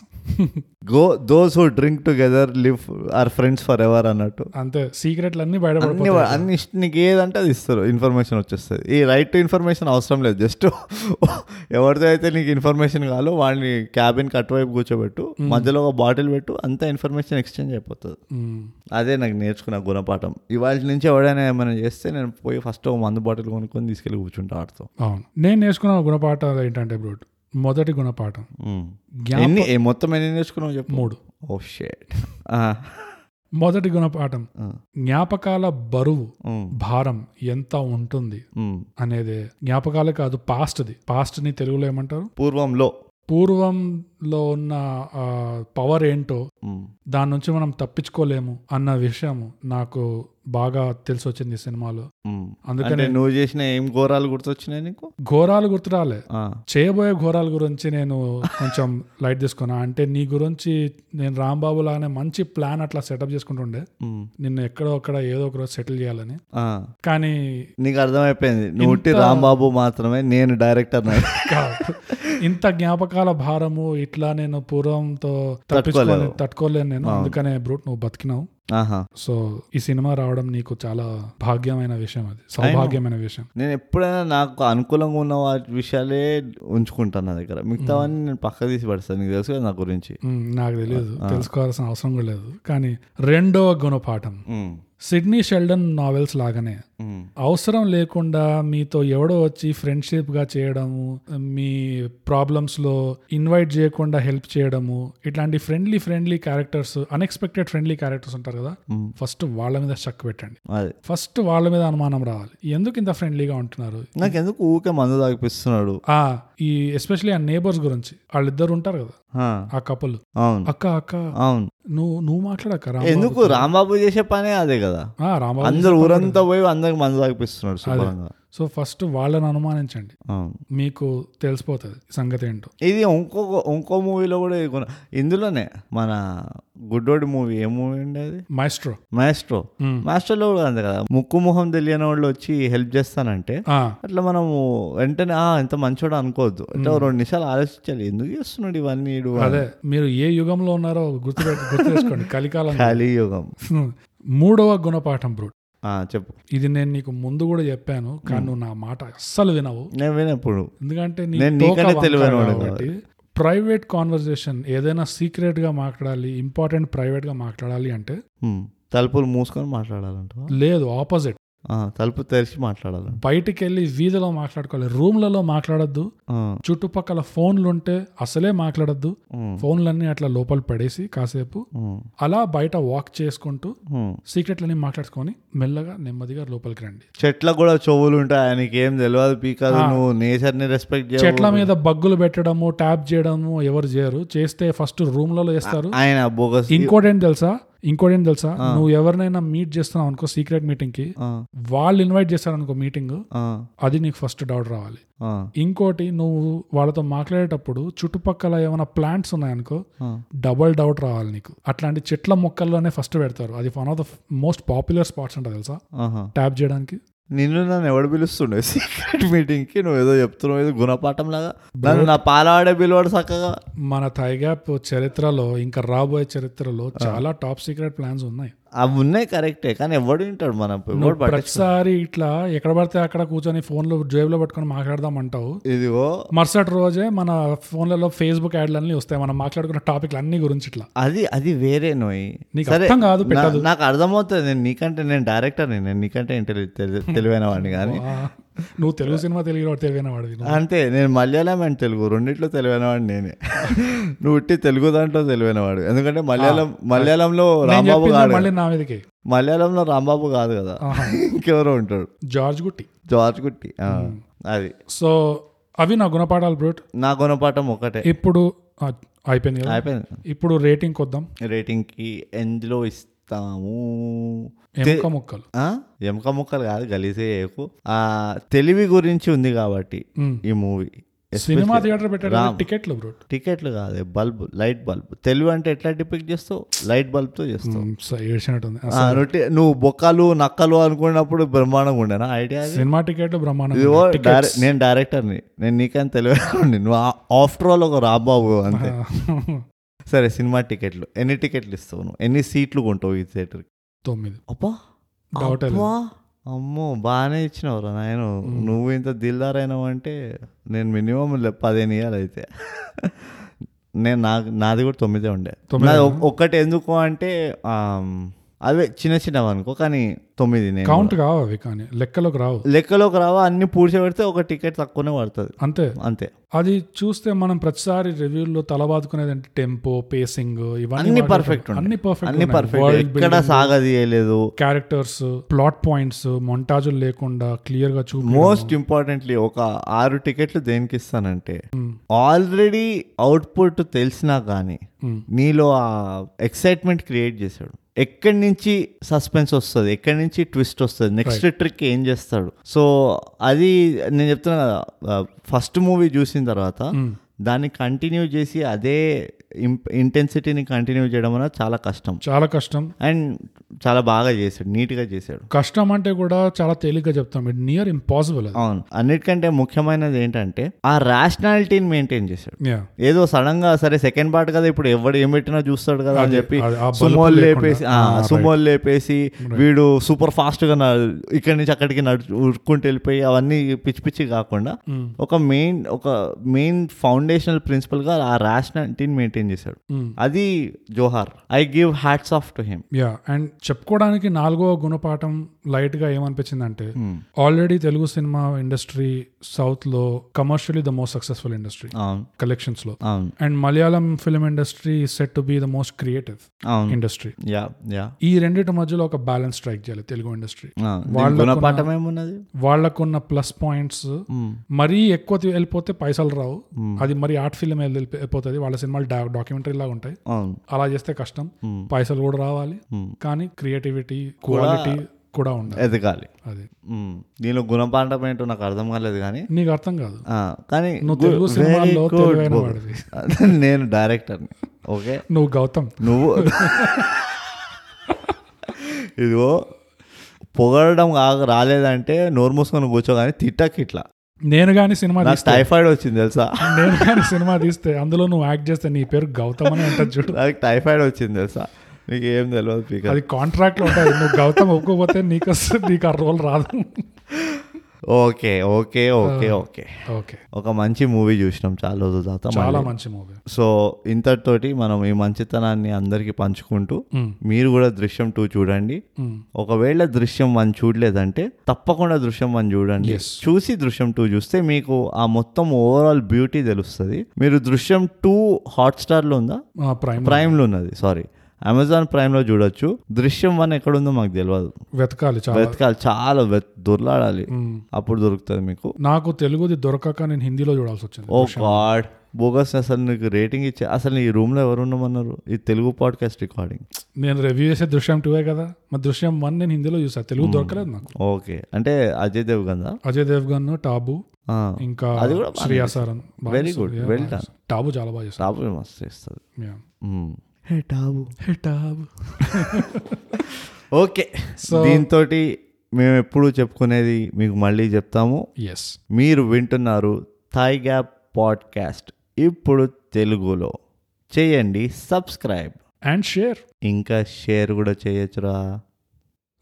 go those who drink together live are friends for ever అన్నట్టు
అంతే సీక్రెట్లు అన్ని
అన్ని
బయటపడిపోతాయి
వా- అన్ని ఇష్ట నీకు ఏదంటే అది ఇస్తారు ఇన్ఫర్మేషన్ వచ్చేస్తుంది ఈ రైట్ టు ఇన్ఫర్మేషన్ అవసరం లేదు జస్ట్ ఎవరితో అయితే నీకు ఇన్ఫర్మేషన్ కావాలో వాడిని క్యాబిన్ కట్టువైపు కూర్చోబెట్టు మధ్యలో ఒక బాటిల్ పెట్టు అంతా ఇన్ఫర్మేషన్ ఎక్స్చేంజ్ అయిపోతుంది
మ్మ్.
అదే నాకు నేర్చుకున్న గుణపాఠం ఇవాళ నుంచి ఎవడైనా ఏమైనా చేస్తే నేను పోయి ఫస్ట్ ఒక మందు బాటిల్ కొనుక్కొని తీసుకెళ్ళి కూర్చుంటా ఆడుతూ
అవును నేను నేర్చుకున్న గుణపాఠాలు ఏంటంటే బ్రో మొదటి గుణపాఠం జ్ఞా-
ఎన్ని ఏ మొత్తం ఎన్ని నేర్చుకున్నావు చెప్పు Oh
మూడు
ఓ షేట్
మొదటి గుణపాఠం జ్ఞాపకాల బరువు భారం ఎంత ఉంటుంది అనేది జ్ఞాపకాలే కాదు పాస్ట్ది పాస్ట్ని తెలుగులో ఏమంటారు
పూర్వంలో
పూర్వం లో ఉన్న పవర్ ఏంటో దాని నుంచి మనం తప్పించుకోలేము అన్న విషయం నాకు బాగా తెలిసి వచ్చింది ఈ సినిమాలో
అందుకనే
అందుకనే
నువ్వు చేసిన ఏం ఘోరాలు గుర్తొచ్చినాయి నీకు
ఘోరాలు గుర్తురాలే
ఆ,
చేయబోయే ఘోరాల గురించి నేను కొంచెం లైట్ తీసుకున్నా అంటే నీ గురించి నేను రాంబాబు లానే మంచి ప్లాన్ అట్లా సెటప్ చేసుకుంటుండే
ఉమ్,
నిన్ను ఎక్కడో అక్కడ ఏదో ఒక రోజు సెటిల్ చేయాలని
ఆ.
కానీ
నీకు అర్థమైపోయింది నువ్వు ఉట్టి
ఇంత-
రాంబాబు మాత్రమే నేను డైరెక్టర్
కాదు. ఇంత జ్ఞాపకాల భారము ఇట్లా నేను పూర్వంతో తప్పించుకోలేను
తట్టుకోలేవు.
తట్టుకోలేను నేను
అవును.
అందుకనే బ్రూట్ నువ్వు బతికినావు
ఆహా
సో ఈ సినిమా రావడం నీకు చాలా భాగ్యమైన విషయం అది సౌభాగ్యమైన విషయం
నేను ఎప్పుడైనా నాకు అనుకూలంగా ఉన్న వాటి విషయాలే ఉంచుకుంటాను నా దగ్గర మిగతావన్నీ నేను పక్క తీసి పడతాను నీకు తెలుసు కదా నా గురించి
ఉమ్, నాకు తెలియదు తెలుసుకోవాల్సిన అవసరం కూడా లేదు కానీ రెండవ గుణపాఠం
ఉమ్,
సిడ్నీ షెల్డన్ నావెల్స్ లాగానే
ఉమ్,
అవసరం లేకుండా మీతో ఎవడో వచ్చి ఫ్రెండ్షిప్గా చేయడము మీ ప్రాబ్లమ్స్లో ఇన్వైట్ చేయకుండా హెల్ప్ చేయడము ఇట్లాంటి friendly friendly characters unexpected friendly characters ఉంటారు కదా
మ్మ్.
ఫస్ట్ వాళ్ళ మీద షక్ పెట్టండి
అదే
ఫస్ట్ వాళ్ళ మీద అనుమానం రావాలి ఎందుకు ఇంత ఫ్రెండ్లీగా ఉంటున్నారు
నాకు ఎందుకు ఊకే మందు తాగిపిస్తున్నాడు
ఆ ఈ ఎస్పెషలీ ఆ నేబర్స్ గురించి వాళ్ళిద్దరు ఉంటారు కదా
ఆ,
ఆ కపుల్
అవును
అక్క అక్క
అవును
నువ్వు నువ్వు మాట్లాడక
ఎందుకు రాంబాబు చేసే పనే అదే కదా
రామా
అందరు ఊరంతా పోయి అందరికి మందు తాగిపిస్తున్నాడు శుభ్రంగా
సో ఫస్ట్ వాళ్ళని అనుమానించండి
అవును
మీకు తెలిసిపోతుంది సంగతి ఏంటో
ఇది ఇంకో ఇంకో మూవీలో కూడా ఇది కొన- ఇందులోనే మన గుడ్డోడి మూవీ ఏ మూవీ అండి అది
మైస్ట్రో
మాస్ట్రో
మ్మ్.
మాస్ట్రోలో కూడా అంతే కదా ముక్కు మొహం తెలియని వాళ్ళు వచ్చి హెల్ప్ చేస్తానంటే
ఆ,
అట్లా మనము వెంటనే ఆ ఇంత మంచోడు అనుకోవద్దు అంటే
Hmm.
ఓ రెండు నిమిషాలు ఆలోచించాలి ఎందుకు చేస్తున్నాడు ఇవన్నీ వీడు అని.
అదే మీరు ఏ యుగంలో ఉన్నారో గుర్తు గుర్తు చేసుకోండి కలికాలం
కలియుగం
మూడవ గుణపాఠం బ్రూట్
ఆ, చెప్పు
ఇది నేను నీకు ముందు కూడా చెప్పాను కానీ
Hmm.
నువ్వు నా మాట అస్సలు వినవు
నేను వినప్పుడు
ఎందుకంటే నీ
నేను
తోక
నీకన్నా
వంక
తెలివైన వాడిని
కాబట్టి ప్రైవేట్ కాన్వర్జేషన్ ఏదైనా సీక్రెట్ గా మాట్లాడాలి ఇంపార్టెంట్ ప్రైవేట్ గా మాట్లాడాలి అంటే
మ్మ్. తలుపులు మూసుకొని మాట్లాడాలంట
లేదు ఆపోజిట్
తలుపు తెరిచి మాట్లాడాలంట
బయటికి వెళ్ళి వీధిలో మాట్లాడుకోవాలి రూమ్లలో మాట్లాడద్దు
ఆ,
చుట్టుపక్కల ఫోన్లు ఉంటే అసలే మాట్లాడద్దు
మ్మ్.
ఫోన్లన్నీ అట్లా లోపల పడేసి కాసేపు
మ్మ్.
అలా బయట వాక్ చేసుకుంటూ
మ్మ్.
సీక్రెట్లన్నీ మాట్లాడుకొని మెల్లగా నెమ్మదిగా లోపలికి రండి
చెట్లకు కూడా చెవులు ఉంటాయి ఆయనకి ఏం తెలియదు పీకాదు
ఆ.
నువ్వు నేచర్ ని రెస్పెక్ట్ చేయవు
చెట్ల మీద బగ్గులు పెట్టడము ట్యాప్ చేయడము ఎవరు చేయరు చేస్తే ఫస్ట్ రూమ్లలో చేస్తారు
ఆయన బోగస్
ఇంకోటేంటి తెలుసా ఇంకోటేంటి తెలుసా నువ్వు ఎవరినైనా మీట్ చేస్తున్నావు అనుకో సీక్రెట్ మీటింగ్ కి
ఆ,
వాళ్ళు ఇన్వైట్ చేస్తారు అనుకో మీటింగ్
ఆ,
అది నీకు ఫస్ట్ డౌట్ రావాలి
ఆ,
ఇంకోటి నువ్వు వాళ్ళతో మాట్లాడేటప్పుడు చుట్టుపక్కల ఏమైనా ప్లాంట్స్ ఉన్నాయనుకో
ఆ.
డబల్ డౌట్ రావాలి నీకు అట్లాంటి చెట్ల మొక్కల్లోనే ఫస్ట్ పెడతారు అది one of the most popular spots అంట తెలుసా
ఆహా.
ట్యాప్ చేయడానికి
నిన్ను నన్ను ఎవడు పిలుస్తుండే సీక్రెట్ మీటింగ్ కి నువ్వు ఏదో చెప్తున్నావు ఏదో గుణపాఠం లాగా నన్ను నా పాలవాడే పిలవాడు చక్కగా
మన థైగ్యాప్ చరిత్రలో ఇంకా రాబోయే చరిత్రలో చాలా టాప్ సీక్రెట్ ప్లాన్స్ ఉన్నాయి
అవి ఉన్నాయి కరెక్టే కానీ ఎవడు వింటాడు మనం ఎవడు పట్టించు
ప్రతిసారి ఇట్లా ఎక్కడ పడితే అక్కడ కూర్చొని ఫోన్లో జేబులో పట్టుకొని మాట్లాడదాం అంటావు
ఇదిగో
మరుసటి రోజే మన ఫోన్లలో ఫేస్బుక్ యాడ్లు అన్ని వస్తాయి మనం మాట్లాడుకున్న టాపిక్లు అన్ని గురించి ఇట్లా
అది అది వేరే నోయి
నీకు అర్థం కాదు
నా-
పెట్టదు
నాకు అర్థమవుతుంది నేను నీకంటే నేను డైరెక్టర్ నేను నీకంటే ఇంటెలి తెలి- తెలివైన వాడిని కానీ
ఆ, నువ్వు తెలుగు సినిమా తెలుగు వాడు తెలివైన వాడివి నువ్వు.
అంతే నేను మలయాళం అండ్ తెలుగు రెండిట్లో తెలివైన వాడు నేనే నువ్వు ఉట్టి తెలుగు దాంట్లో తెలివైన వాడు ఎందుకంటే మలయాళం మలయాళంలో
నేను
రాంబాబు
చెప్పింది
కాదు
మళ్ళీ నా మీదకి
మలయాళంలో రాంబాబు కాదు కదా ఇంకెవరో ఉంటాడు
జార్జ్ గుట్టి
జార్జ్ గుట్టి ఆ, అది
సో అవి నా గుణపాఠాలు బ్రూట్
నా గుణపాఠం ఒకటే
ఇప్పుడు ఆ, అయిపోయింది కదా
అయిపోయింది
ఇప్పుడు రేటింగ్ కొద్దాం
రేటింగ్కి ఎండ్లో ఇస్తాము
ఎముక ముక్కలు
ఆ? ఎముక ముక్కలు కాదు గలీజే ఏకు. ఆ తెలివి గురించి ఉంది కాబట్టి
మ్మ్.
ఈ మూవీ
సినిమా థియేటర్ పెట్టడానికి టికెట్లు బ్రోట్
టికెట్లు కాదు బల్బ్ లైట్ బల్బ్ తెలివి అంటే ఎట్లా డిపెక్ట్ చేస్తావు లైట్ బల్బ్తో చేస్తావు
ఏడ్చినట్టుంది
ఆ, రొట్టె నువ్వు బొక్కలు నక్కలు అనుకున్నప్పుడు బ్రహ్మాండంగా ఉండేనా ఐడియా అది?
సినిమా టికెట్లు బ్రహ్మాండం
ఇదిగో డైరె- నేను డైరెక్టర్ని నేను నీకని తెలియకుండా నువ్వు ఆఫ్టర్ ఆల్ ఒక రాబాబు అంతే సరే సినిమా టికెట్లు ఎన్ని టికెట్లు ఇస్తావు నువ్వు ఎన్ని సీట్లు కొంటావు ఈ థియేటర్కి
తొమ్మిది
అబ్బా
Doubt ఏ లేదు.
అబ్బా. అమ్మో బాగానే ఇచ్చినవరా నాయన నువ్వు ఇంత దిల్దారైనావు అంటే నేను మినిమం లే- పదిహేను ఇయ్యాలి అయితే నేను నా నాది కూడా తొమ్మిదే ఉండే
తొమ్మిదే
నాది ఒ- ఒక్కటి ఎందుకు అంటే ఆమ్, అవే చిన్న చిన్నవి అనుకో కానీ తొమ్మిది నేను
కౌంట్ కావు అవి కానీ లెక్కలోకి రావు
లెక్కలోకి రావా అన్ని పూడ్చబెడితే ఒక టికెట్ తక్కువనే పడుతుంది
అంతే
అంతే
అది చూస్తే మనం ప్రతిసారి రివ్యూల్లో తల బాదుకునేది అంటే టెంపో పేసింగ్ ఇవన్నీ
అన్ని
వాటి-
పర్ఫెక్ట్
అన్ని
అన్ని
పర్ఫెక్ట్
పర్ఫెక్ట్ ఎక్కడ సాగదీయలేదు
క్యారెక్టర్స్ ప్లాట్ పాయింట్స్ మొంటాజులు లేకుండా క్లియర్ గా చూపి
మోస్ట్ ఇంపార్టెంట్లీ ఒక ఆరు టికెట్లు దేనికి ఇస్తానంటే ఆల్రెడీ అవుట్పుట్ తెలిసినా కానీ నీలో ఆ ఎక్సైట్మెంట్ క్రియేట్ చేశాడు ఎక్కడి నుంచి సస్పెన్స్ వస్తుంది ఎక్కడి నుంచి ట్విస్ట్ వస్తుంది నెక్స్ట్ ట్రిక్ ఏం చేస్తాడు సో అది నేను చెప్తున్నా కదా ఫస్ట్ మూవీ చూసిన తర్వాత దాన్ని కంటిన్యూ చేసి అదే ఇంటెన్సిటీని కంటిన్యూ చేయడం అనేది చాలా కష్టం
చాలా కష్టం
అండ్ చాలా బాగా చేశాడు నీట్గా చేశాడు
కష్టం అంటే కూడా చాలా తేలిగ్గా చెప్తాం ఇట్ నియర్ ఇంపాసిబుల్ అది
అవును అన్నిటికంటే ముఖ్యమైనది ఏంటంటే ఆ ర్యాషనాలిటీని మెయింటైన్ చేశాడు
యా
ఏదో సడన్ గా సరే సెకండ్ పార్ట్ కదా ఇప్పుడు ఎవడు ఏం పెట్టినా చూస్తాడు కదా అని
అదే,
చెప్పి
అది, ఆ బలుపు
సుమోల్
లేకుండా.
లేపేసి ఆ,
ఆ,
సుమోల్ లేపేసి వీడు సూపర్ ఫాస్ట్ గా నడు- ఇక్కడి నుంచి అక్కడికి నడుచు ఉరుక్కుంటూ వెళ్ళిపోయి అవన్నీ పిచ్చి పిచ్చి కాకుండా
Hmm.
ఒక మెయిన్ ఒక మెయిన్ ఫౌండేషనల్ ప్రిన్సిపల్ గా ఆ ర్యాషనాలిటీని మెయింటైన్ చేశాడు
Hmm.
అది జోహార్ I give hats off to him
yeah and చెప్పుకోవడానికి నాలుగో గుణపాఠం లైట్ గా ఏమనిపించింది అంటే
Hmm.
Already Telugu cinema industry south లో commercially the most successful industry
అవును
కలెక్షన్స్ లో
అవును
and Malayalam film industry set to be the most creative
అవును
ఇండస్ట్రీ
యా యా
ఈ రెండిటి మధ్యలో ఒక బ్యాలెన్స్ స్ట్రైక్ చేయాలి తెలుగు ఇండస్ట్రీ వాళ్ళకున్న-
గుణపాఠం ఏమున్నది Hmm.
వాళ్ళకున్న ప్లస్ పాయింట్స్
మ్మ్.
మరీ ఎక్కువ తీ- వెళ్ళిపోతే పైసలు రావు
Hmm.
అది మరి ఆర్ట్ ఫిల్మ్ వెళ్ళిపోతుంది వాళ్ళ సినిమాలు డా- డాక్యుమెంటరీ లాగా ఉంటాయి
అవును
అలా చేస్తే కష్టం
Hmm.
పైసలు కూడా రావాలి
Hmm.
కానీ క్రియేటివిటీ క్వాలిటీ కూడా ఉండాలి
ఎదగాలి
అది
మ్మ్. దీనిలో గుణపాఠం ఏంటో నాకు అర్థం కాలేదు కానీ
నీకు అర్థం కాదు
ఆ, కానీ
నువ్వు
good-
తెలుగు
very
సినిమాల్లో
good
తెలివైన
book.
వాడివి.
నేను డైరెక్టర్ని ఓకే
నువ్వు గౌతమ్
నువ్వు ఇదిగో పొగడడం కాక రాలేదంటే నోరు మూసుకొని కూర్చో కానీ తిట్టకి ఇట్లా
నేను కానీ సినిమా
నాకు
తీస్తే
టైఫాయిడ్ వచ్చింది తెలుసా
నేను కానీ సినిమా తీస్తే అందులో నువ్వు యాక్ట్ చేస్తే నీ పేరు గౌతమ్ అని ఉంటుంది చూడు
నాకు టైఫాయిడ్ వచ్చింది తెలుసా నీకు ఏం తెలియదు పీకర్
అది కాంట్రాక్ట్ లో ఉంటుంది నువ్వు గౌతమ్ ఒప్పుకోపోతే నీకు అసలు- నీకు ఆ రోల్ రాదు
okay okay okay okay
okay
ఒక మంచి మూవీ చూసినాం చాలా రోజుల తర్వాత మళ్ళీ
చాలా మంచి మూవీ
సో ఇంతటితోటి మనం ఈ మంచితనాన్ని అందరికీ పంచుకుంటూ
Hmm.
మీరు కూడా దృశ్యం టూ చూడండి ఒకవేళ దృశ్యం వన్ చూడలేదంటే తప్పకుండా దృశ్యం వన్ చూడండి
Yes.
చూసి దృశ్యం టూ చూస్తే మీకు ఆ మొత్తం ఓవరాల్ బ్యూటీ తెలుస్తుంది మీరు దృశ్యం టూ హాట్స్టార్లో ఉందా
Hmm. ప్రైమ్
ప్రైమ్లో ఉన్నది సారీ అమెజాన్ ప్రైమ్లో చూడొచ్చు దృశ్యం వన్ ఎక్కడుందో మాకు తెలియదు
వెతకాలి చాలా Hmm.
వెతకాలి చాలా వెత్ దొర్లాడాలి
మ్మ్.
అప్పుడు దొరుకుతుంది మీకు
నాకు తెలుగుది దొరకక నేను హిందీలో చూడాల్సి వచ్చింది
ఓ గాడ్ బోగస్ అసలు నీకు రేటింగ్ ఇచ్చే అసలు ఈ రూమ్లో ఎవరు ఉన్నామన్నారు ఈ తెలుగు పాడ్కాస్ట్ రికార్డింగ్
నేను రివ్యూ చేసే దృశ్యం టూవే కదా మా దృశ్యం వన్ నేను హిందీలో చూసా
Hmm.
తెలుగు దొరకలేదు నాకు
ఓకే అంటే అజయ్ దేవ్ గందా
అజయ్ దేవ్గన్ టాబు ఇంకా
అది కూడా బాగానే
శ్రీయాసారన్
Very good. Well done. Ah.
టాబు చాలా బాగా చేస్తారు
టాబు మస్తు చేస్తుంది హే టాబు
టాబు
ఓకే దీంతో మేము ఎప్పుడు చెప్పుకునేది మీకు మళ్ళీ చెప్తాము
ఎస్
మీరు వింటున్నారు థాయ్ గ్యాప్ పాడ్కాస్ట్ ఇప్పుడు తెలుగులో చేయండి సబ్స్క్రైబ్
అండ్ షేర్
ఇంకా షేర్ కూడా చేయొచ్చురా